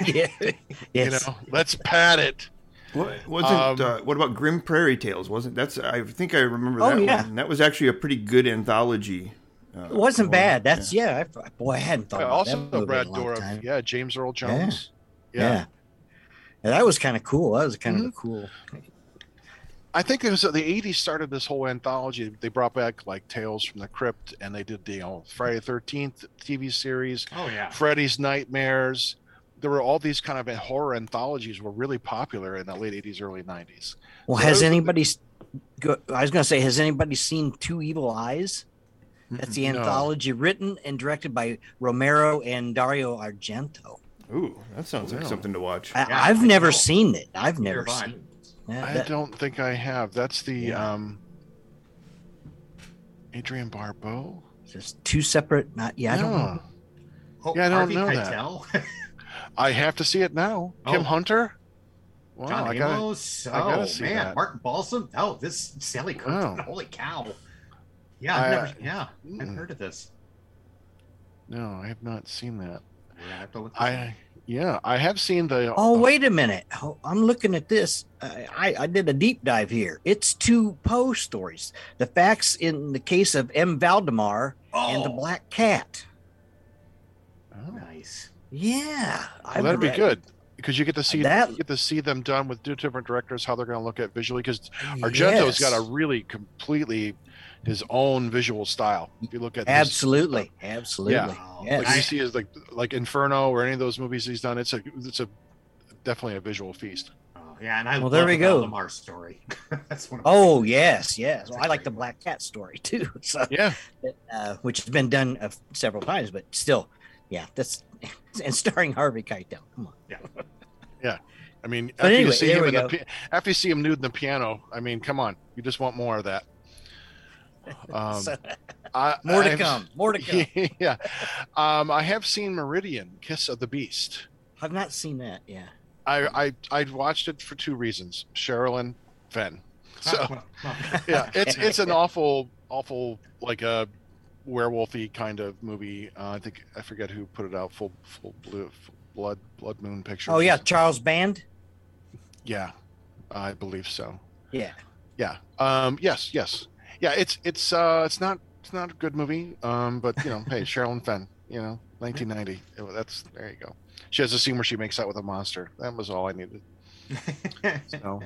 Speaker 2: Yes.
Speaker 3: You know, let's pad it.
Speaker 1: What wasn't?
Speaker 3: Um,
Speaker 1: uh, what about Grim Prairie Tales? Wasn't that's? I think I remember
Speaker 2: Oh,
Speaker 1: that
Speaker 2: yeah.
Speaker 1: one. That was actually a pretty good anthology. Uh,
Speaker 2: it wasn't
Speaker 1: one.
Speaker 2: bad. That's yeah. I, boy, I hadn't thought
Speaker 3: Yeah,
Speaker 2: about
Speaker 3: also
Speaker 2: that movie in
Speaker 3: Brad
Speaker 2: a long
Speaker 3: Dourif.
Speaker 2: time.
Speaker 3: Yeah, James Earl Jones. Yeah. Mm-hmm.
Speaker 2: Yeah, that was kind of cool. That was kind of a cool.
Speaker 3: I think it was uh, the 80s started this whole anthology. They brought back like Tales from the Crypt and they did the you know, Friday the 13th TV series,
Speaker 4: Oh yeah.
Speaker 3: Freddy's Nightmares. There were all these kind of horror anthologies were really popular in the late 80s, early 90s.
Speaker 2: Well,
Speaker 3: So
Speaker 2: has
Speaker 3: those-
Speaker 2: anybody? s- Go, I was going to say, has anybody seen Two Evil Eyes? That's the
Speaker 3: No.
Speaker 2: anthology written and directed by Romero and Dario Argento.
Speaker 1: Mm-hmm. Ooh, that sounds like
Speaker 3: Wow.
Speaker 1: something to watch.
Speaker 2: I,
Speaker 4: Yeah,
Speaker 2: I've
Speaker 4: I
Speaker 2: never
Speaker 4: know.
Speaker 2: seen it. I've never
Speaker 4: Nearby.
Speaker 2: seen. It. Yeah,
Speaker 3: I
Speaker 2: that-
Speaker 3: don't think I have. That's the
Speaker 2: Yeah.
Speaker 3: um Adrian Barbeau.
Speaker 2: just two separate. Not yeah. I don't know.
Speaker 4: Oh,
Speaker 3: Yeah, I don't
Speaker 4: Harvey
Speaker 3: know that.
Speaker 4: Keitel,
Speaker 3: I have to see it now. Kim
Speaker 4: Oh.
Speaker 3: Hunter. Wow,
Speaker 4: John
Speaker 3: I gotta,
Speaker 4: Amos.
Speaker 3: I gotta
Speaker 4: oh
Speaker 3: see
Speaker 4: man,
Speaker 3: that.
Speaker 4: Martin Balsam. Oh, this Sally Kirkland.
Speaker 3: Oh.
Speaker 4: Holy cow! Yeah, I've
Speaker 3: I,
Speaker 4: never,
Speaker 3: uh,
Speaker 4: yeah, I've
Speaker 3: mm-mm.
Speaker 4: heard of this.
Speaker 3: no, I have not seen that.
Speaker 4: We're gonna have to look this up.
Speaker 3: I yeah, I have seen the.
Speaker 2: Oh wait a minute! Oh, I'm looking at this. I, I I did a deep dive here. It's two Poe stories. The facts in the case of M. Valdemar
Speaker 4: Oh,
Speaker 2: and the Black Cat.
Speaker 3: Oh.
Speaker 4: nice.
Speaker 2: Yeah, I
Speaker 3: Well, that'd be
Speaker 2: read-
Speaker 3: good because you get to see
Speaker 2: That-
Speaker 3: you get to see them done with two different directors how they're going to look at visually because
Speaker 2: Yes.
Speaker 3: Argento's got a really completely his own visual style. If you look at his-
Speaker 2: Absolutely, absolutely.
Speaker 4: Yeah.
Speaker 2: Yes.
Speaker 3: like you see is like like Inferno or any of those movies he's done. It's a it's a definitely a visual feast.
Speaker 4: Oh, yeah, and I
Speaker 2: Well,
Speaker 4: love
Speaker 2: there we
Speaker 4: the
Speaker 2: go.
Speaker 4: Valdemar story. That's one. Of my
Speaker 2: Oh
Speaker 4: favorites.
Speaker 2: yes, yes.
Speaker 4: That's
Speaker 2: Well,
Speaker 4: a
Speaker 2: I like
Speaker 4: great
Speaker 2: the
Speaker 4: one.
Speaker 2: Black Cat story too, so,
Speaker 3: Yeah,
Speaker 2: uh, which has been done uh, several times, but still, yeah, that's and starring Harvey Keitel. Come on,
Speaker 3: I mean
Speaker 2: But
Speaker 3: after you
Speaker 2: anyway,
Speaker 3: see
Speaker 2: there
Speaker 3: him
Speaker 2: we
Speaker 3: in the,
Speaker 2: go.
Speaker 3: pi- after you see him nude in the piano, I mean, come on, you just want more of that. Um,
Speaker 2: So,
Speaker 3: I-
Speaker 2: more to
Speaker 3: I've-
Speaker 2: come, more to come.
Speaker 3: yeah, um, I have seen Meridian, Kiss of the Beast.
Speaker 2: I've not seen that. Yeah,
Speaker 3: I I I watched it for two reasons: Sherilyn Fenn. So
Speaker 4: Oh, well, well,
Speaker 3: yeah, it's it's an awful awful like a werewolfy kind of movie. Uh, I think I forget who put it out. Full full blue full blood blood moon picture.
Speaker 2: Oh yeah, Charles Band.
Speaker 3: yeah, I believe so.
Speaker 2: Yeah,
Speaker 3: Yeah. Um. Yes. Yes. Yeah. It's it's uh it's not it's not a good movie. Um. But you know, hey, Sherilyn Fenn. You know, 1990. It- That's there you go. She has a scene where she makes out with a monster. That was all I needed. So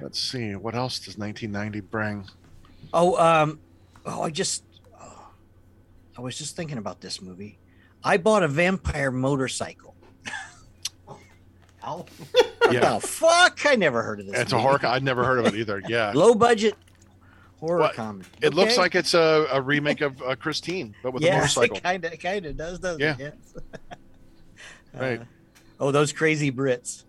Speaker 3: let's see what else does 1990 bring.
Speaker 2: Oh, um, oh, I just, oh, I was just thinking about this movie. I bought a vampire motorcycle.
Speaker 4: Al,
Speaker 2: What
Speaker 3: Yeah,
Speaker 2: the fuck? I never heard of this.
Speaker 3: it's a
Speaker 2: movie.
Speaker 3: horror. I'd never heard of it either. Yeah,
Speaker 2: Low budget horror
Speaker 3: Well,
Speaker 2: comedy.
Speaker 3: it looks
Speaker 2: Okay.
Speaker 3: like it's a, a remake of uh, Christine, but with a
Speaker 2: yes,
Speaker 3: motorcycle.
Speaker 2: it kind of, kind of does, doesn't
Speaker 3: Yeah.
Speaker 2: it? Yes.
Speaker 3: Right.
Speaker 2: Uh, oh, those crazy Brits.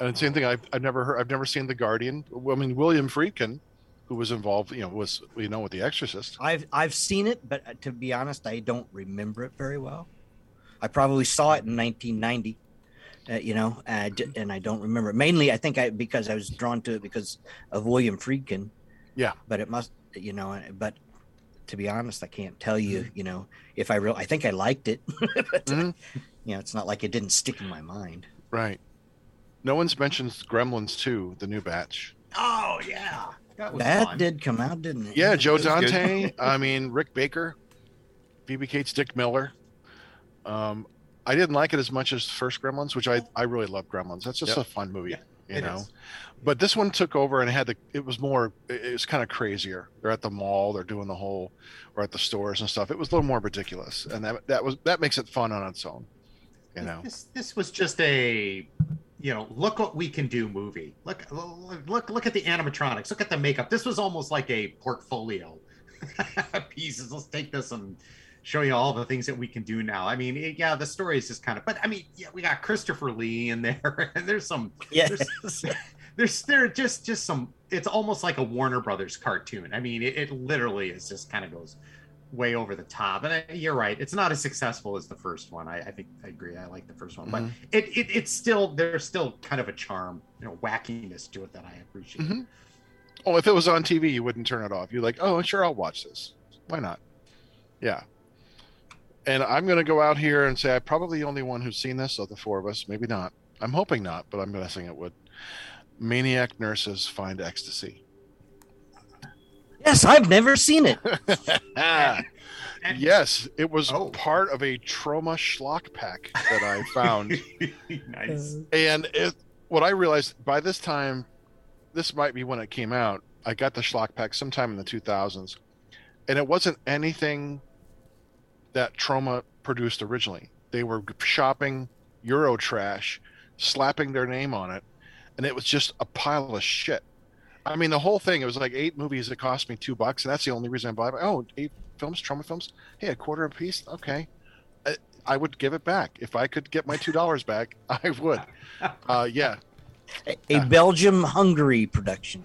Speaker 3: And same thing. I've, I've never heard. I've never seen The Guardian. I mean, William Friedkin, who was involved, you know, was you know with The Exorcist.
Speaker 2: I've I've seen it, but uh, to be honest, I don't remember it very well. I probably saw it in 1990, uh, you know, uh, d-
Speaker 3: Mm-hmm.
Speaker 2: and I don't remember. it. Mainly, I think I because I was drawn to it because of William Friedkin.
Speaker 3: Yeah.
Speaker 2: But it must, you know, uh, but to be honest, I can't tell you,
Speaker 3: Mm-hmm.
Speaker 2: you know, if I real. I think I liked it. but,
Speaker 3: Mhm.
Speaker 2: You know, it's not like it didn't stick in my mind.
Speaker 3: Right. No one's mentioned Gremlins 2, the new batch.
Speaker 4: oh yeah, that was
Speaker 2: That
Speaker 4: fun.
Speaker 2: did come out, didn't it?
Speaker 3: Yeah, Joe
Speaker 1: that's good.
Speaker 3: Dante. I mean, Rick Baker, Phoebe Cates, Dick Miller. Um, I didn't like it as much as first Gremlins, which I I really love Gremlins. That's just
Speaker 1: Yep.
Speaker 3: a fun movie.
Speaker 4: Yeah.
Speaker 3: you
Speaker 4: It
Speaker 3: know
Speaker 4: is.
Speaker 3: but this one took over and had the it was more it it was kind of crazier they're at the mall they're doing the whole or at the stores and stuff it was a little more ridiculous and that that was that makes it fun on its own you know
Speaker 4: This this was just a you know look what we can do movie. Look look look, look at the animatronics. Look at the makeup. This was almost like a portfolio pieces. Let's take this and show you all the things that we can do now. I mean, it- yeah, the story is just kind of, but I mean, yeah, we got Christopher Lee in there, and there's some
Speaker 2: Yes.
Speaker 4: there's there are just just some it's almost like a warner brothers cartoon i mean it, it literally is just kind of goes way over the top and I, you're right it's not as successful as the first one i, I think i agree i like the first one
Speaker 3: Mhm.
Speaker 4: but it, it it's still there's still kind of a charm you know wackiness to it that i appreciate
Speaker 3: Mhm. oh if it was on tv you wouldn't turn it off you're like oh sure i'll watch this why not yeah and i'm going to go out here and say i'm probably the only one who's seen this of the four of us maybe not i'm hoping not but i'm guessing it would maniac nurses find ecstasy
Speaker 2: yes, I've never seen it.
Speaker 4: And-
Speaker 3: Ah, Yes, it was
Speaker 4: Oh.
Speaker 3: part of a trauma schlock pack that I found,
Speaker 4: nice
Speaker 3: and it, what I realized by this time, this might be when it came out. I got the schlock pack sometime in the 2000s, and it wasn't anything that trauma produced originally. They were shopping Euro trash, slapping their name on it, and it was just a pile of shit. I mean, the whole thing, it was like eight movies that cost me two bucks, and that's the only reason I bought it. Oh, eight films, trauma films? Hey, a quarter a piece? Okay. I, I would give it back. If I could get my $2 back, I would. Uh, yeah.
Speaker 2: A, a Belgium Hungary production.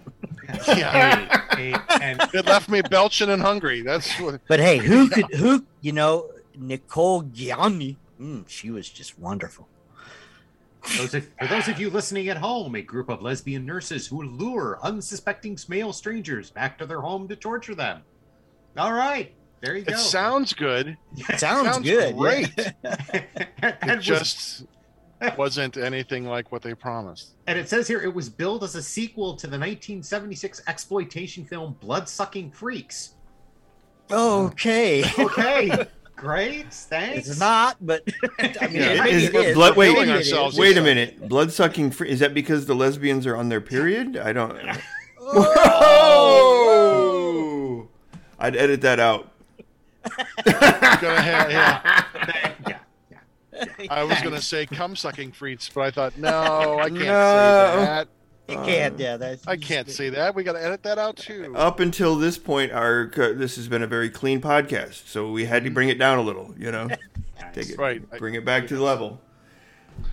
Speaker 3: yeah.
Speaker 4: Hey, hey, and
Speaker 3: It left me belching and hungry. That's what.
Speaker 2: But hey, who could who you know Nicole Gianni? Mm, she was just wonderful.
Speaker 4: Those of, for those of you listening at home, a group of lesbian nurses who lure unsuspecting male strangers back to their home to torture them. All right, there you go.
Speaker 3: It sounds good.
Speaker 2: Sounds,
Speaker 3: sounds
Speaker 2: good. yeah.
Speaker 3: great.
Speaker 4: and,
Speaker 3: It
Speaker 4: was-
Speaker 3: just wasn't anything like what they promised.
Speaker 4: and it says here it was billed as a sequel to the 1976 exploitation film Blood Sucking Freaks.
Speaker 2: Okay.
Speaker 4: Okay, great. Thanks.
Speaker 2: It's not, but I mean,
Speaker 4: Yeah,
Speaker 2: it
Speaker 1: is-
Speaker 2: maybe it is.
Speaker 1: blood- wait,
Speaker 2: Maybe it
Speaker 3: ourselves.
Speaker 2: is.
Speaker 1: Wait a minute. Blood sucking free. Is that because the lesbians are on their period? I don't.
Speaker 2: Oh!
Speaker 1: Whoa! I'd edit that out.
Speaker 3: Gonna have, yeah.
Speaker 4: yeah.
Speaker 3: I was gonna say cum sucking freaks, but I thought no, I can't say
Speaker 1: No.
Speaker 3: that.
Speaker 2: You can't. Yeah, that's,
Speaker 3: Uh, I can't say that. We gotta edit that out too.
Speaker 1: Up until this point, our co- this has been a very clean podcast, so we had to bring it down a little. You know, take it
Speaker 3: Right.
Speaker 1: bring it back to the level.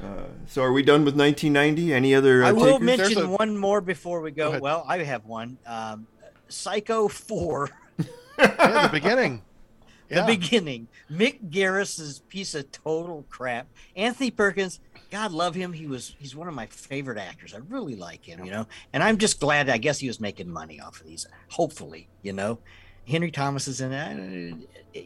Speaker 1: Uh, so, are we done with 1990? Any other? Uh,
Speaker 2: I will
Speaker 1: takers?
Speaker 3: There's
Speaker 2: mention
Speaker 3: a-
Speaker 2: one more before we
Speaker 3: Go
Speaker 2: go.
Speaker 3: ahead.
Speaker 2: well, I have one. Um, Psycho Four,
Speaker 3: Yeah, the beginning. Yeah.
Speaker 2: the beginning. Mick Garris's piece of total crap. Anthony Perkins, God love him. He was he's one of my favorite actors. I really like him, you know. And I'm just glad. I guess he was making money off of these. Hopefully, you know. Henry Thomas is in that.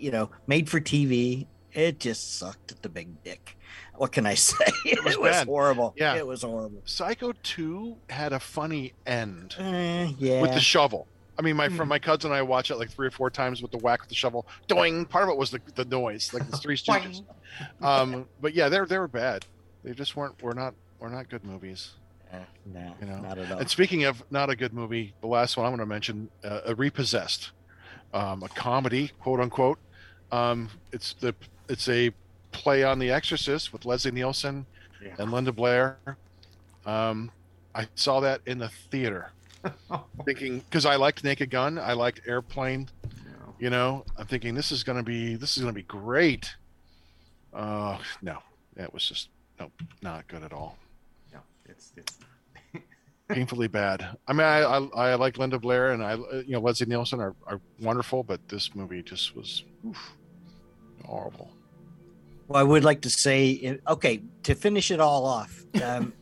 Speaker 2: You know, made for TV. It just sucked at the big dick. What can I say? It
Speaker 3: was
Speaker 2: was,
Speaker 3: bad.
Speaker 2: horrible.
Speaker 3: Yeah.
Speaker 2: it was horrible.
Speaker 3: Psycho 2 had a funny end
Speaker 2: Eh, yeah.
Speaker 3: with the shovel. I mean, my friend, my cousin and I watch it like three or four times with the whack of the shovel. Doing part of it was the, the noise, like the Three Stooges. um, but yeah, they are they were bad. They just weren't. We're not. We're not good movies.
Speaker 2: Uh, no,
Speaker 3: You know,
Speaker 2: not at all.
Speaker 3: And speaking of not a good movie, the last one I'm going to mention, uh, a Repossessed, um, a comedy, quote unquote. Um, it's the it's a play on The Exorcist with Leslie Nielsen
Speaker 4: Yeah.
Speaker 3: and Linda Blair. Um, I saw that in the theater, thinking because I liked Naked Gun, I liked Airplane.
Speaker 4: No.
Speaker 3: You know, I'm thinking this is going to be this is going to be great. Uh, no, that was just nope, not good at all
Speaker 4: No, it's, it's
Speaker 3: painfully bad. I mean, I, I I like Linda Blair and I uh, you know Leslie Nielsen are, are wonderful, but this movie just was oof, horrible.
Speaker 2: Well, I would like to say, eh, okay, to finish it all off, um,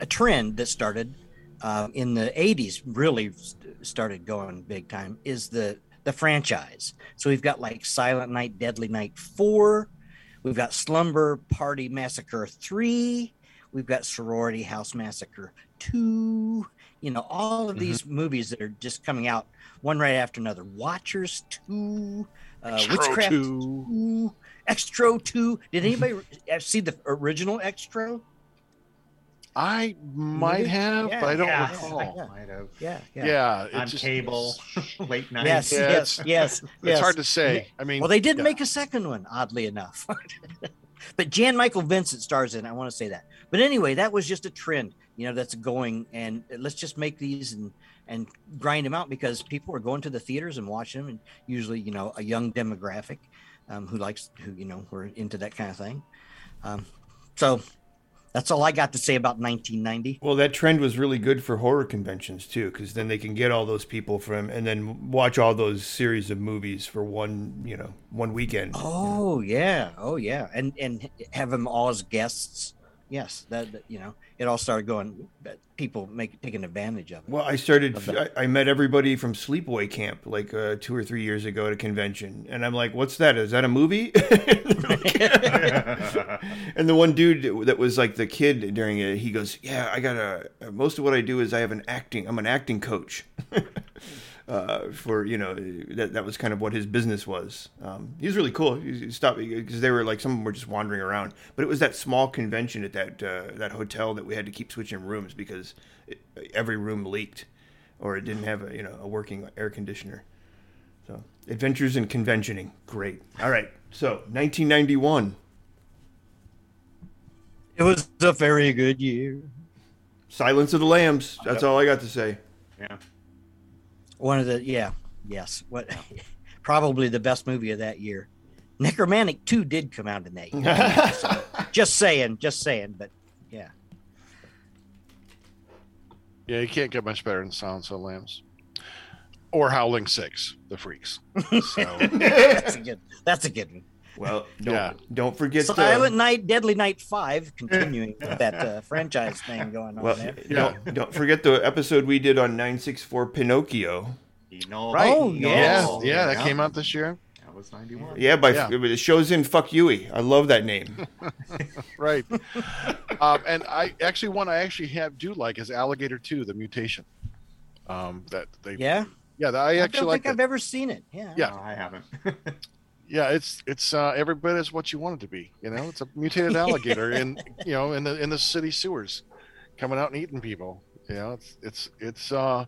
Speaker 2: a trend that started uh, in the '80s really st- started going big time is the the franchise. So we've got like Silent Night, Deadly Night Four, we've got Slumber Party Massacre Three, we've got Sorority House Massacre Two. You know, all of these movies that are just coming out one right after another. Watchers Two, uh,
Speaker 3: Extro
Speaker 2: Witchcraft
Speaker 3: 2.
Speaker 2: Ooh, uh, Extro 2. Did anybody re- see the original Extro?
Speaker 3: I might
Speaker 2: Maybe?
Speaker 3: have, but I don't
Speaker 4: yeah,
Speaker 3: recall.
Speaker 4: I might have.
Speaker 2: Yeah, yeah.
Speaker 3: Yeah, it
Speaker 4: On
Speaker 3: just-
Speaker 4: cable, late night.
Speaker 2: Yes,
Speaker 3: Yeah,
Speaker 2: yes,
Speaker 3: it's-
Speaker 2: yes,
Speaker 3: It's
Speaker 2: yes.
Speaker 3: hard to say. I mean,
Speaker 2: Well, they did
Speaker 3: yeah.
Speaker 2: make a second one, oddly enough. but Jan Michael Vincent stars in. it, I want to say that. But anyway, that was just a trend, you know, that's going. And let's just make these and and grind them out because people are going to the theaters and watching them, and usually, you know, a young demographic um, who likes who you know who are into that kind of thing. Um, so that's all I got to say about 1990.
Speaker 1: Well, that trend was really good for horror conventions too, because then they can get all those people from and then watch all those series of movies for one, you know, one weekend.
Speaker 2: Oh yeah, oh yeah, and and have them all as guests. Yes, that, that- you know, it all started going. But people make taking advantage of it.
Speaker 1: Well, I started. I, I met everybody from Sleepaway Camp like uh, two or three years ago at a convention, and I'm like, "What's that? Is that a movie?" and the one dude that was like the kid during it, he goes, "Yeah, I got a. Most of what I do is I have an acting. I'm an acting coach." Uh, for you know that that was kind of what his business was. Um, he was really cool. He, he stopped because they were like some of them were just wandering around, but it was that small convention at that uh, that hotel that we had to keep switching rooms because it, every room leaked, or it didn't have a you know a working air conditioner. So adventures in conventioning, great. All right, so 1991.
Speaker 2: It was a very good year.
Speaker 1: Silence of the Lambs. That's all I got to say.
Speaker 4: yeah.
Speaker 2: One of the yeah, yes, what probably the best movie of that year. Necromantic Two did come out in that year. just saying, just saying, but yeah,
Speaker 3: Yeah, you can't get much better than Silence of the Lambs or Howling Six, The Freaks. So,
Speaker 2: that's a good. That's a good one.
Speaker 1: well, don't,
Speaker 3: Yeah.
Speaker 1: don't forget the-
Speaker 2: Silent Night, Deadly Night Five, continuing with that uh, franchise thing going on
Speaker 1: Well,
Speaker 2: there.
Speaker 3: Yeah.
Speaker 1: don't, don't forget the episode we did on 964 Pinocchio.
Speaker 4: You know,
Speaker 2: Right. Oh,
Speaker 4: you know,
Speaker 3: yeah,
Speaker 2: yes.
Speaker 3: yeah, that
Speaker 4: yeah.
Speaker 3: came out this year.
Speaker 4: That was 91.
Speaker 1: Yeah, by
Speaker 3: Yeah.
Speaker 1: it shows in Fuck Yui. I love that name.
Speaker 3: Right. um, and I actually one I actually have do like is Alligator Two, The Mutation. Um, that they yeah,
Speaker 2: Yeah,
Speaker 3: that I
Speaker 2: I
Speaker 3: actually
Speaker 2: don't
Speaker 3: like.
Speaker 2: think I've
Speaker 3: that.
Speaker 2: ever seen it. Yeah.
Speaker 3: Yeah.
Speaker 4: No, I haven't.
Speaker 3: Yeah, it's it's uh, every bit as what you want it to be. You know, it's a mutated alligator in you know in the in the city sewers, coming out and eating people. You know, it's it's it's uh,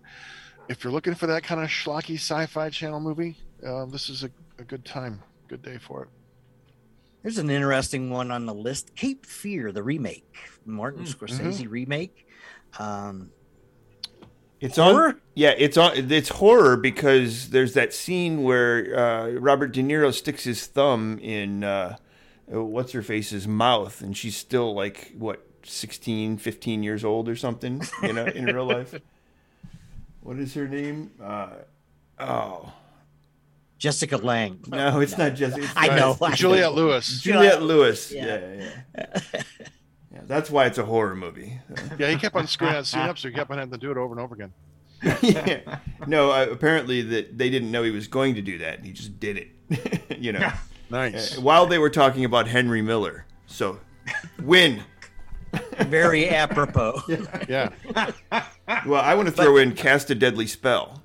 Speaker 3: if you're looking for that kind of schlocky sci-fi channel movie, uh, this is a, a good time, good day for it.
Speaker 2: There's an interesting one on the list Cape Fear, the remake, Martin
Speaker 4: Mm,
Speaker 1: mm-hmm.
Speaker 2: Scorsese remake. Um,
Speaker 1: It's on.
Speaker 2: Horror?
Speaker 1: Yeah, it's on. It's horror because there's that scene where uh, Robert De Niro sticks his thumb in uh, what's her face's mouth, and she's still like what 16, 15 years old or something. You know, in real life. What is her name? Uh, oh
Speaker 2: Jessica Lang.
Speaker 1: no, it's not Jessica. it's
Speaker 2: I
Speaker 1: not-
Speaker 2: know. I
Speaker 3: Juliette
Speaker 2: know.
Speaker 3: Lewis.
Speaker 1: Juliette Lewis.
Speaker 2: Yeah.
Speaker 1: Yeah, yeah. yeah. Yeah, that's why it's a horror movie.
Speaker 3: Yeah, he kept on screwing that scene up, so he kept on having to do it over and over again.
Speaker 1: yeah. No, uh, apparently that they didn't know he was going to do that. and He just did it. you know,
Speaker 3: Nice.
Speaker 1: while they were talking about Henry Miller. So, win.
Speaker 2: Very apropos.
Speaker 3: Yeah.
Speaker 1: Well, I want to throw in Cast a Deadly Spell.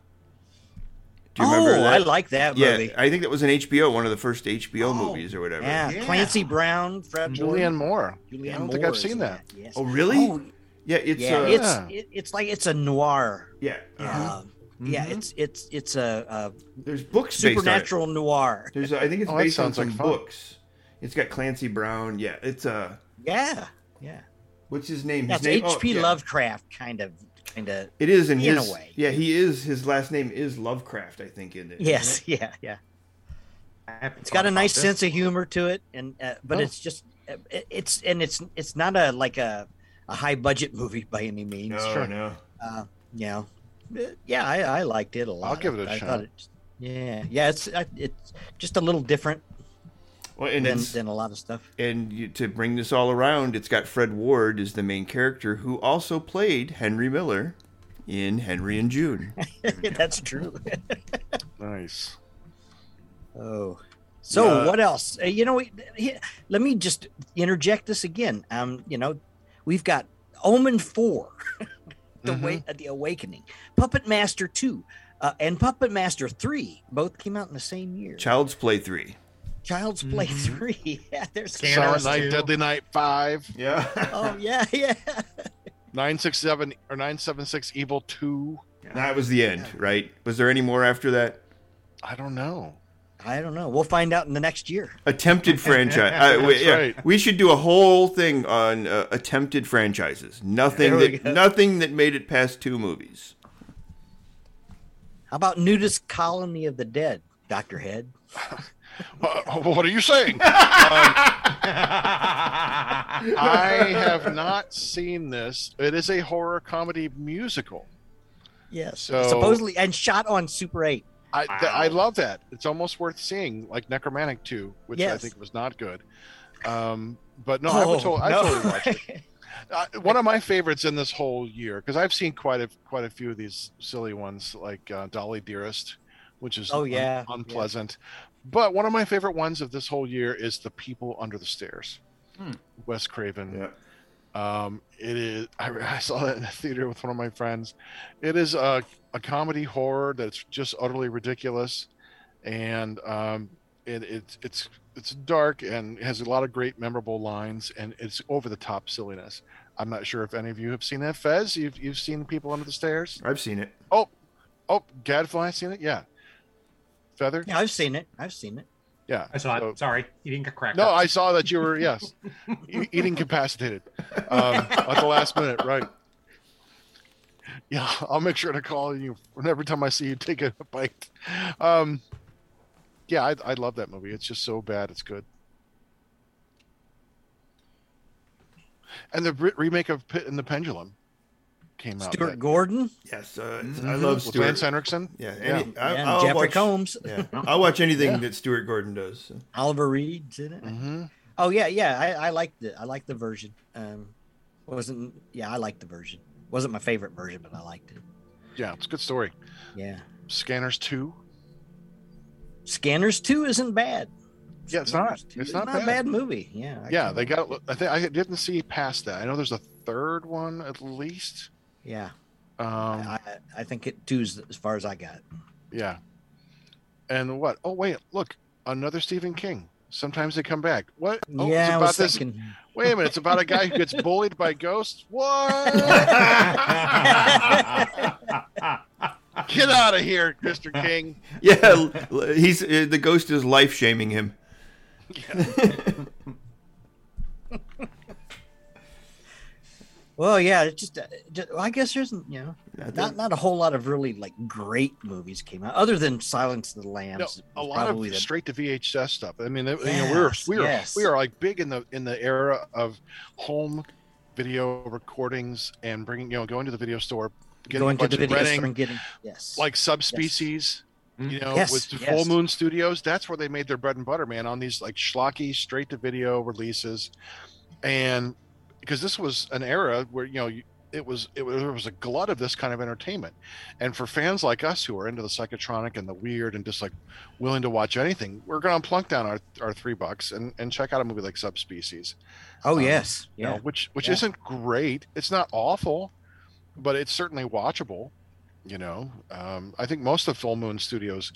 Speaker 1: Do you remember
Speaker 2: oh,
Speaker 1: that?
Speaker 2: I like that
Speaker 1: yeah,
Speaker 2: movie. Oh,
Speaker 1: I think that was an HBO, one of the first HBO movies or whatever.
Speaker 2: Yeah,
Speaker 4: Yeah.
Speaker 2: Clancy Brown, Fred
Speaker 3: Julianne Moore.
Speaker 2: Julianne
Speaker 3: I don't think
Speaker 2: Moore
Speaker 3: I've
Speaker 2: is
Speaker 3: seen
Speaker 2: in
Speaker 3: that.
Speaker 2: Yes.
Speaker 1: Oh, really?
Speaker 2: Oh,
Speaker 1: yeah, it's
Speaker 2: yeah,
Speaker 1: uh,
Speaker 2: it's it, it's like it's a noir.
Speaker 1: yeah. uh,
Speaker 2: Um, Yeah, it's it's it's a,
Speaker 1: There's
Speaker 2: a
Speaker 1: books based on it.
Speaker 2: supernatural noir.
Speaker 1: There's, uh, I think it's
Speaker 3: Oh, that
Speaker 1: based on
Speaker 3: sounds like
Speaker 1: some
Speaker 3: fun.
Speaker 1: books. It's got Clancy Brown. Yeah, it's uh,
Speaker 2: Yeah, yeah.
Speaker 1: what's his name? His
Speaker 2: That's
Speaker 1: name? oh,
Speaker 2: H.P.
Speaker 1: yeah.
Speaker 2: Lovecraft kind of kind of.
Speaker 1: It is in,
Speaker 2: in a
Speaker 1: his,
Speaker 2: way.
Speaker 1: Yeah, he is. His last name is Lovecraft, I think. In it.
Speaker 2: Yes, yeah, yeah.
Speaker 4: I haven't
Speaker 2: It's got
Speaker 4: thought
Speaker 2: a
Speaker 4: about
Speaker 2: nice
Speaker 4: this.
Speaker 2: sense of humor to it, and uh, but
Speaker 1: Oh.
Speaker 2: it's just uh, it- it's and it's it's not a like a, a high budget movie by any means.
Speaker 1: No,
Speaker 3: Sure.
Speaker 1: no.
Speaker 2: Uh, you know, Uh, yeah, I, I liked it a lot.
Speaker 3: give it a
Speaker 2: I
Speaker 3: shot.
Speaker 2: thought it- yeah, yeah, it's I, it's just a little different
Speaker 1: Well, and
Speaker 2: than,
Speaker 1: it's,
Speaker 2: than a lot of stuff.
Speaker 1: and you, to bring this all around, it's got Fred Ward as the main character, who also played Henry Miller in Henry and June.
Speaker 2: That's true.
Speaker 3: Nice.
Speaker 2: Oh. So
Speaker 1: Yeah.
Speaker 2: what else? Uh, you know, we- he- let me just interject this again. Um, you know, we've got Omen Four, the
Speaker 3: Mhm.
Speaker 2: way uh, the Awakening, Puppet Master Two, uh, and Puppet Master Three. Both came out in the same year.
Speaker 1: Child's Play three.
Speaker 2: Child's Play
Speaker 3: Mm-hmm.
Speaker 4: Mhm.
Speaker 2: Three. Yeah, there's.
Speaker 3: Silent
Speaker 4: Scanners
Speaker 3: Night,
Speaker 4: too.
Speaker 3: Deadly Night Five.
Speaker 1: Yeah.
Speaker 2: Oh yeah, yeah.
Speaker 3: 967 or 976 Evil 2.
Speaker 1: That was the end, right? Was there any more after that?
Speaker 3: I don't know.
Speaker 2: I don't know. We'll find out in the next year.
Speaker 1: Attempted franchise. I- we,
Speaker 3: That's
Speaker 1: yeah.
Speaker 3: right.
Speaker 1: we should do a whole thing on uh, attempted franchises. Nothing
Speaker 2: There we
Speaker 1: that
Speaker 2: go.
Speaker 1: nothing that made it past two movies.
Speaker 2: How about Nudist Colony of the Dead, Doctor Head?
Speaker 3: Uh, what are you saying? I have not seen this. It is a horror comedy musical.
Speaker 2: Yes.
Speaker 3: So-
Speaker 2: Supposedly and shot on Super 8.
Speaker 3: I, th- I
Speaker 4: Wow.
Speaker 3: love that. It's almost worth seeing, like Necromantic 2, which I
Speaker 2: Yes.
Speaker 3: think was not good. Um, but no, I would
Speaker 2: Oh,
Speaker 3: totally, I
Speaker 2: no.
Speaker 3: totally watch it. uh, one of my favorites in this whole year because I've seen quite a quite a few of these silly ones like uh, Dolly Dearest, which is
Speaker 2: Oh, yeah, yeah.
Speaker 3: unpleasant. But one of my favorite ones of this whole year is The People Under the Stairs.
Speaker 4: Hmm.
Speaker 3: Wes Craven.
Speaker 1: Yeah.
Speaker 3: Um, it is. I, I saw that in the theater with one of my friends. It is uh, a, a comedy horror that's just utterly ridiculous, and um, it, it it's it's dark and has a lot of great memorable lines, and it's over the top silliness. I'm not sure if any of you have seen that. Fez, you've you've seen people under the stairs.
Speaker 1: I've seen it.
Speaker 3: Oh, Gadfly, seen it? Yeah. Feather.
Speaker 2: Yeah, I've seen it. I've seen it.
Speaker 3: Yeah.
Speaker 4: I saw
Speaker 3: So-
Speaker 4: it. Sorry, you didn't get cracked.
Speaker 3: No,
Speaker 4: up.
Speaker 3: I saw that you were yes, e- eating incapacitated um, at the last minute, right? Yeah, I'll make sure to call you every time I see you take a bite. Um, yeah, I, I love that movie. It's just so bad, it's good. And the re- remake of Pit and the Pendulum came out.
Speaker 2: Stuart
Speaker 3: that-
Speaker 2: Gordon
Speaker 1: Yes, uh,
Speaker 4: Mhm.
Speaker 1: I love
Speaker 3: Mm-hmm. with Lance
Speaker 1: Stuart.
Speaker 3: Henriksen.
Speaker 1: Yeah,
Speaker 3: Yeah.
Speaker 1: any, I,
Speaker 2: and
Speaker 1: I'll
Speaker 2: Jeffrey
Speaker 1: watch,
Speaker 2: Combs.
Speaker 1: Yeah, I'll watch anything
Speaker 3: Yeah.
Speaker 1: that Stuart Gordon does. so.
Speaker 2: Oliver Reed's in it.
Speaker 3: hmm
Speaker 2: Oh yeah, yeah. I, I liked it. I liked the version. Um, wasn't yeah, I liked the version. Wasn't my favorite version, but I liked it.
Speaker 3: Yeah, it's a good story.
Speaker 2: Yeah.
Speaker 3: Scanners Two.
Speaker 2: Scanners Two isn't bad.
Speaker 3: Yeah, it's not.
Speaker 2: Scanners 2
Speaker 3: It's
Speaker 2: is
Speaker 3: not
Speaker 2: a
Speaker 3: bad.
Speaker 2: bad movie. Yeah. I
Speaker 3: yeah
Speaker 2: can-
Speaker 3: they got i think i didn't see past that i know there's a third one at least
Speaker 2: Yeah.
Speaker 3: um
Speaker 2: I, I think it two's as far as I got.
Speaker 3: yeah and what oh wait look another stephen king sometimes they come back what oh,
Speaker 2: yeah,
Speaker 3: it's
Speaker 2: I
Speaker 3: about
Speaker 2: was
Speaker 3: this
Speaker 2: thinking.
Speaker 3: wait a minute it's about a guy who gets bullied by ghosts what get out of here mr king
Speaker 1: Yeah, l- l- he's uh, the ghost is life shaming him.
Speaker 2: Well, yeah, it's just, uh, ju- well, I guess there's you know
Speaker 1: I think-
Speaker 2: not not a whole lot of really like great movies came out other than Silence of the Lambs.
Speaker 3: no,
Speaker 2: is
Speaker 3: a lot
Speaker 2: probably
Speaker 3: of
Speaker 2: the-
Speaker 3: straight to VHS stuff. I mean, you know, we were
Speaker 2: Yes,
Speaker 3: we were
Speaker 2: yes.
Speaker 3: we were like big in the in the era of home video recordings and bringing you know going to the video store, getting
Speaker 2: going
Speaker 3: a
Speaker 2: to
Speaker 3: bunch
Speaker 2: the
Speaker 3: of
Speaker 2: video
Speaker 3: renting,
Speaker 2: store and getting yes,
Speaker 3: like subspecies. You know,
Speaker 2: Yes,
Speaker 3: with
Speaker 2: yes.
Speaker 3: Full Moon Studios, that's where they made their bread and butter, man, on these like schlocky straight to video releases, and because this was an era where you know you- it was it was there was a glut of this kind of entertainment, and for fans like us who are into the psychotronic and the weird and just like willing to watch anything, we're gonna plunk down our, our three bucks and and check out a movie like Subspecies,
Speaker 2: oh
Speaker 3: um,
Speaker 2: yes,
Speaker 3: you
Speaker 2: yeah.
Speaker 3: know, which which
Speaker 2: Yeah.
Speaker 3: isn't great. It's not awful, but it's certainly watchable. You know, um, I think most of Full Moon Studios,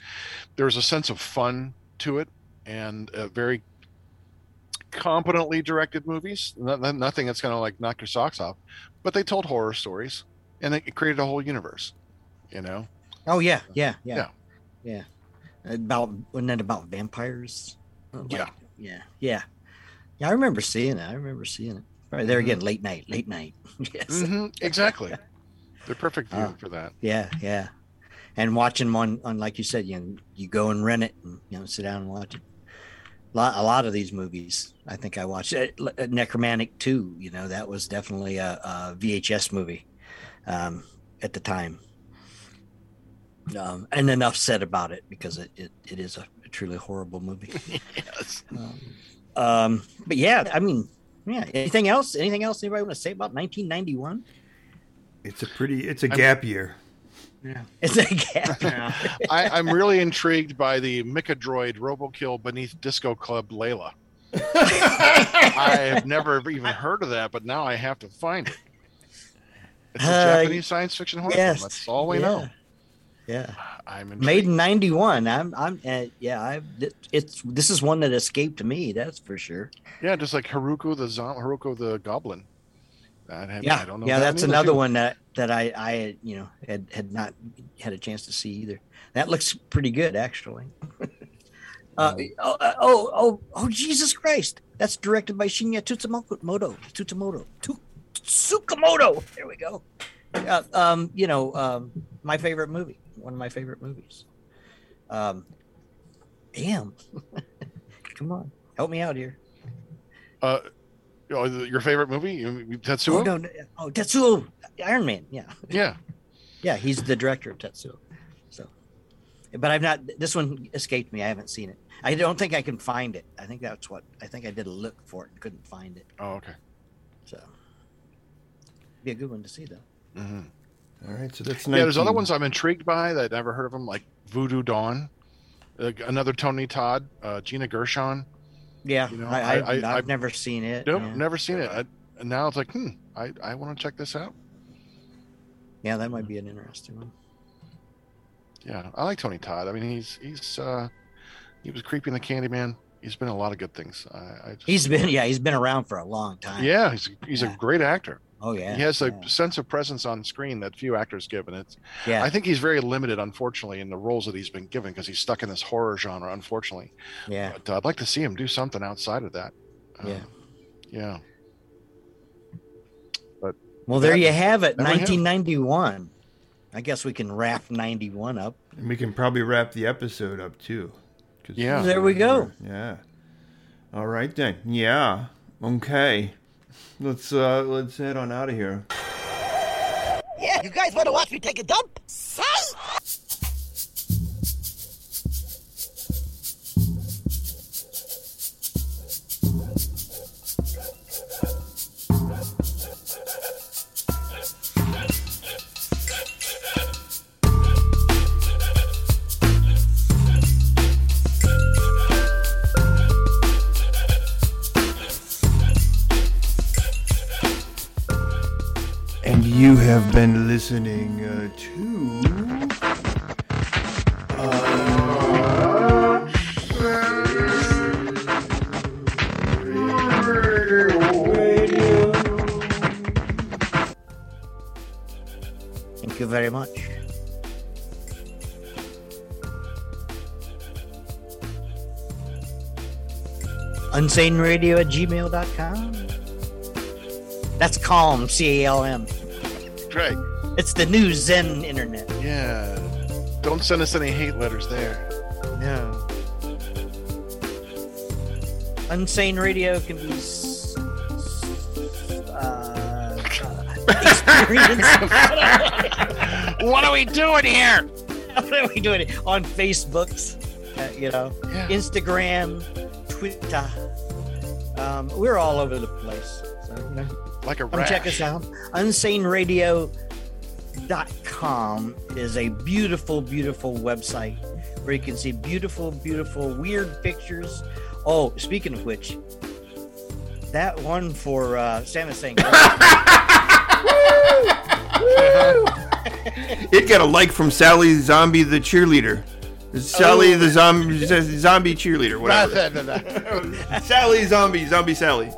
Speaker 3: there's a sense of fun to it, and a very competently directed movies. No, no- nothing that's going to like knock your socks off, but they told horror stories, and it created a whole universe. You know,
Speaker 2: Oh yeah, yeah, yeah, yeah. About wasn't that about vampires? Uh, like-
Speaker 3: Yeah.
Speaker 2: yeah, yeah, yeah. I remember seeing it. I remember seeing it. Right
Speaker 3: Mm-hmm.
Speaker 2: there again, late night, late night. yes,
Speaker 3: hmm exactly. They're perfect view
Speaker 2: Ah.
Speaker 3: for that.
Speaker 2: yeah, yeah. And watching them on, on like you said, you know, you go and rent it, and you know, sit down and watch it. A lot, a lot of these movies, I think I watched. Uh, Le- uh, Necromantic Two, you know, that was definitely a, a VHS movie um, at the time. Um, and enough said about it because it, it, it is a, truly horrible movie.
Speaker 3: Yes.
Speaker 2: Um, um, but yeah, I mean, yeah. Anything else? Anything else? Anybody want to say about 1991?
Speaker 1: It's a pretty. It's a
Speaker 3: I'm-
Speaker 1: gap year.
Speaker 4: Yeah.
Speaker 2: It's a gap.
Speaker 4: Yeah.
Speaker 3: I, I'm really intrigued by the Mechadroid RoboKill beneath Disco Club Layla. I have never even heard of that, but now I have to find it. It's a
Speaker 2: Uh,
Speaker 3: Japanese science fiction horror.
Speaker 2: yes,
Speaker 3: film. That's all we
Speaker 2: yeah.
Speaker 3: know.
Speaker 2: Yeah,
Speaker 3: I'm intrigued.
Speaker 2: made in '91. I'm, I'm, uh, yeah. I, it's this is one that escaped me. That's for sure.
Speaker 3: Yeah, just like Haruko the Zom- Haruko the Goblin. I, have,
Speaker 2: yeah,
Speaker 3: I don't know.
Speaker 2: yeah,
Speaker 3: that
Speaker 2: that's
Speaker 3: either,
Speaker 2: another
Speaker 3: too.
Speaker 2: one that that I I had, you know had had not had a chance to see either. That looks pretty good actually.
Speaker 3: Um,
Speaker 2: uh, oh, oh oh oh Jesus Christ! That's directed by Shinya Tutsumoto. Tutsumoto. Tu- Tsukamoto. There we go. Uh, um, you know, um, my favorite movie. One of my favorite movies. Um, damn. Come on, help me out here.
Speaker 3: Uh, oh, th- your favorite movie, You- you- Tetsuo?
Speaker 2: Oh, no, no, oh, Tetsuo, Iron Man. Yeah.
Speaker 3: Yeah,
Speaker 2: Yeah, he's the director of Tetsuo. So, but I've not. This one escaped me. I haven't seen it. I don't think I can find it. I think that's what I think I did a look for it and couldn't find it.
Speaker 3: oh, okay.
Speaker 2: So, be a good one to see though.
Speaker 3: hmm
Speaker 1: All right, so that's 19.
Speaker 3: Yeah, there's other ones I'm intrigued by that I never heard of them, like Voodoo Dawn, uh, another Tony Todd, uh, Gina Gershon.
Speaker 2: Yeah,
Speaker 3: You know,
Speaker 2: I,
Speaker 3: I-
Speaker 2: I, I,
Speaker 3: I-
Speaker 2: have
Speaker 3: I-
Speaker 2: never seen it.
Speaker 3: Nope,
Speaker 2: yeah.
Speaker 3: never seen it. I, and now it's like, hmm, I, I want to check this out.
Speaker 2: yeah, that might be an interesting one.
Speaker 3: Yeah, I like Tony Todd. I mean, he's he's uh, he was creepy in the Candyman. He's been in a lot of good things. I, I just,
Speaker 2: He's been yeah, he's been around for a long time.
Speaker 3: yeah, he's he's
Speaker 2: Yeah.
Speaker 3: a great actor.
Speaker 2: Oh yeah.
Speaker 3: he has a
Speaker 2: yeah.
Speaker 3: sense of presence on screen that few actors give, and it's.
Speaker 2: Yeah.
Speaker 3: I think he's very limited, unfortunately, in the roles that he's been given because he's stuck in this horror genre, unfortunately.
Speaker 2: yeah.
Speaker 3: But uh, I'd like to see him do something outside of that. Uh,
Speaker 2: Yeah.
Speaker 3: yeah.
Speaker 2: Well, there
Speaker 3: that-
Speaker 2: you have it.
Speaker 3: that we have.
Speaker 2: 1991. I guess we can wrap 91 up.
Speaker 1: And we can probably wrap the episode up too. 'cause-
Speaker 3: Yeah.
Speaker 2: There we go.
Speaker 1: Yeah. All right then. Yeah. Okay. Let's uh let's head on out of here.
Speaker 5: Yeah, you guys want to watch me take a dump? Say!
Speaker 1: And you have been listening uh, to.
Speaker 2: Thank you very much. unsaneradio at gmail.com. That's Calm, C A L M.
Speaker 3: Great.
Speaker 2: It's the new Zen internet.
Speaker 3: Yeah. Don't send us any hate letters there.
Speaker 2: No. Unsane Radio can be s- s- uh, experienced
Speaker 3: What are we doing here?
Speaker 2: what are we doing on Facebooks, uh, you know,
Speaker 3: Yeah.
Speaker 2: Instagram, Twitter. Um, we're all over the place. So, you know,
Speaker 3: Like a
Speaker 2: come
Speaker 3: rat.
Speaker 2: check us out. UnsaneRadio.com is a beautiful, beautiful website where you can see beautiful, beautiful, weird pictures. Oh, speaking of which, that one for uh, Santa saying,
Speaker 1: It got a like from Sally Zombie the cheerleader. Sally
Speaker 3: Oh.
Speaker 1: the zombie zombie cheerleader. Whatever. Sally zombie zombie Sally.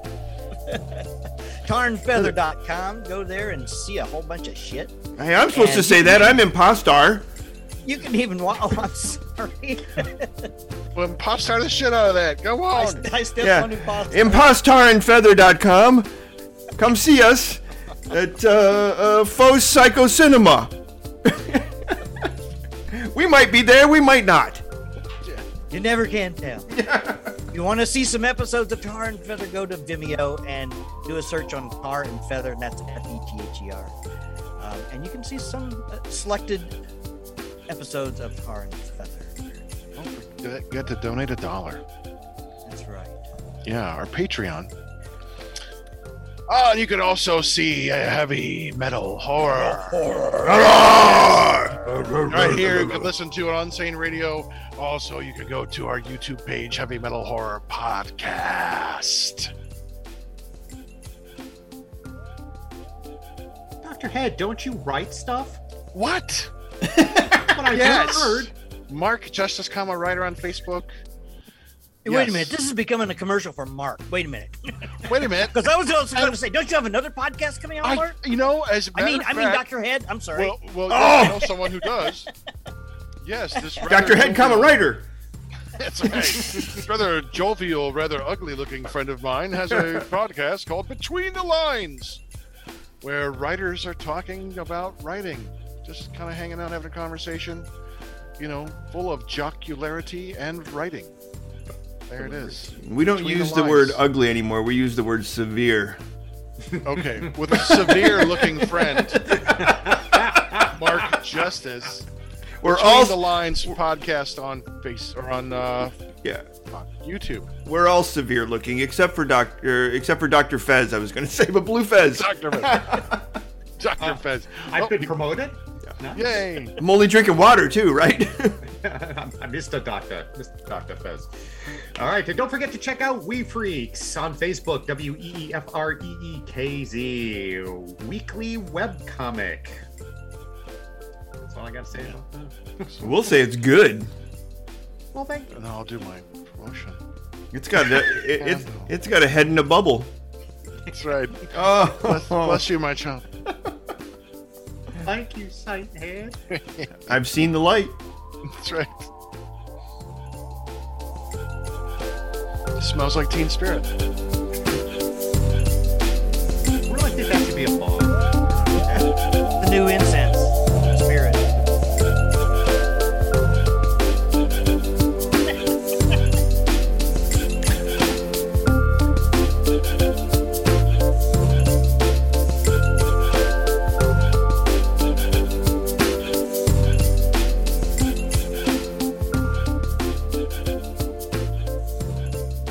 Speaker 2: tarnfeather.com, go there and see a whole bunch of shit.
Speaker 1: Hey, I'm supposed to
Speaker 2: And-
Speaker 1: say that. I'm impostar.
Speaker 2: You can even watch. Oh, I'm sorry.
Speaker 3: Well, pop star the shit out of that. Go
Speaker 2: I,
Speaker 3: on.
Speaker 2: I stepped
Speaker 1: Yeah.
Speaker 2: on impossible.
Speaker 1: Impostarandfeather.com. Come see us at uh, uh, Faux Psycho Cinema. we might be there, we might not.
Speaker 2: You never can tell. you want to see some episodes of Tar and Feather? Go to Vimeo and do a search on Tar and Feather, and that's F E T H E R. Um, and you can see some uh, selected episodes of Tar and Feather.
Speaker 3: Don't forget get to donate a dollar.
Speaker 2: That's right.
Speaker 3: Yeah, our Patreon. Oh, and you can also see uh, heavy metal horror. right here. You can listen to it on Sane Radio. Also, you can go to our YouTube page, Heavy Metal Horror Podcast.
Speaker 4: Dr. Head, don't you write stuff?
Speaker 3: What?
Speaker 4: That's what I
Speaker 3: Yes.
Speaker 4: just heard.
Speaker 3: Mark Justice, comma writer on Facebook.
Speaker 2: Hey, Wait a minute. This is becoming a commercial for Mark. Wait a minute.
Speaker 3: Wait a minute.
Speaker 2: Because I was also going to say, don't you have another podcast coming out,
Speaker 3: I,
Speaker 2: Mark?
Speaker 3: you know, as a
Speaker 2: I
Speaker 3: matter
Speaker 2: mean,
Speaker 3: of
Speaker 2: I mean,
Speaker 3: fact-
Speaker 2: Doctor Head. I'm sorry.
Speaker 3: Well, well,
Speaker 1: Oh!
Speaker 3: yes, I know someone who does. Yes, this rather
Speaker 1: Dr. Head, comma
Speaker 3: jovial-
Speaker 1: writer.
Speaker 3: That's right. This rather jovial, rather ugly-looking friend of mine has a podcast called Between the Lines, where writers are talking about writing, just kind of hanging out, having a conversation, you know, full of jocularity and writing. There it is.
Speaker 1: We don't
Speaker 3: Between the
Speaker 1: use the,
Speaker 3: lines.
Speaker 1: word ugly anymore. We use the word severe.
Speaker 3: Okay, with a severe-looking friend, Mark Justice.
Speaker 1: We're
Speaker 3: Between
Speaker 1: all
Speaker 3: the Lines podcast on face or on uh,
Speaker 1: yeah.
Speaker 3: YouTube.
Speaker 1: We're all severe looking, except for Doctor, except for Doctor Fez. I was going to say, but Blue Fez. Uh,
Speaker 3: Dr. Fez. Dr. Fez.
Speaker 4: I've
Speaker 3: Oh,
Speaker 4: been promoted. No?
Speaker 3: Yay.
Speaker 1: I'm only drinking water too, right?
Speaker 4: I'm I'm Mr. Doctor, Mr. Doctor Fez. All right, and don't forget to check out We Freaks on Facebook, W E E F R E E K Z, weekly webcomic. That's all I got to say about that.
Speaker 1: we'll say it's good.
Speaker 4: Well, thank you.
Speaker 3: And I'll do my promotion.
Speaker 1: It's got a, it, it's it's got a head in a bubble.
Speaker 3: That's right.
Speaker 1: Oh,
Speaker 3: Bless, bless you, my child.
Speaker 4: Thank you, Sighthead.
Speaker 1: I've seen the light.
Speaker 3: That's right. smells like Teen Spirit.
Speaker 4: Really think that should be a law.
Speaker 2: the new incense spirit.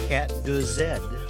Speaker 2: Cat Gazette.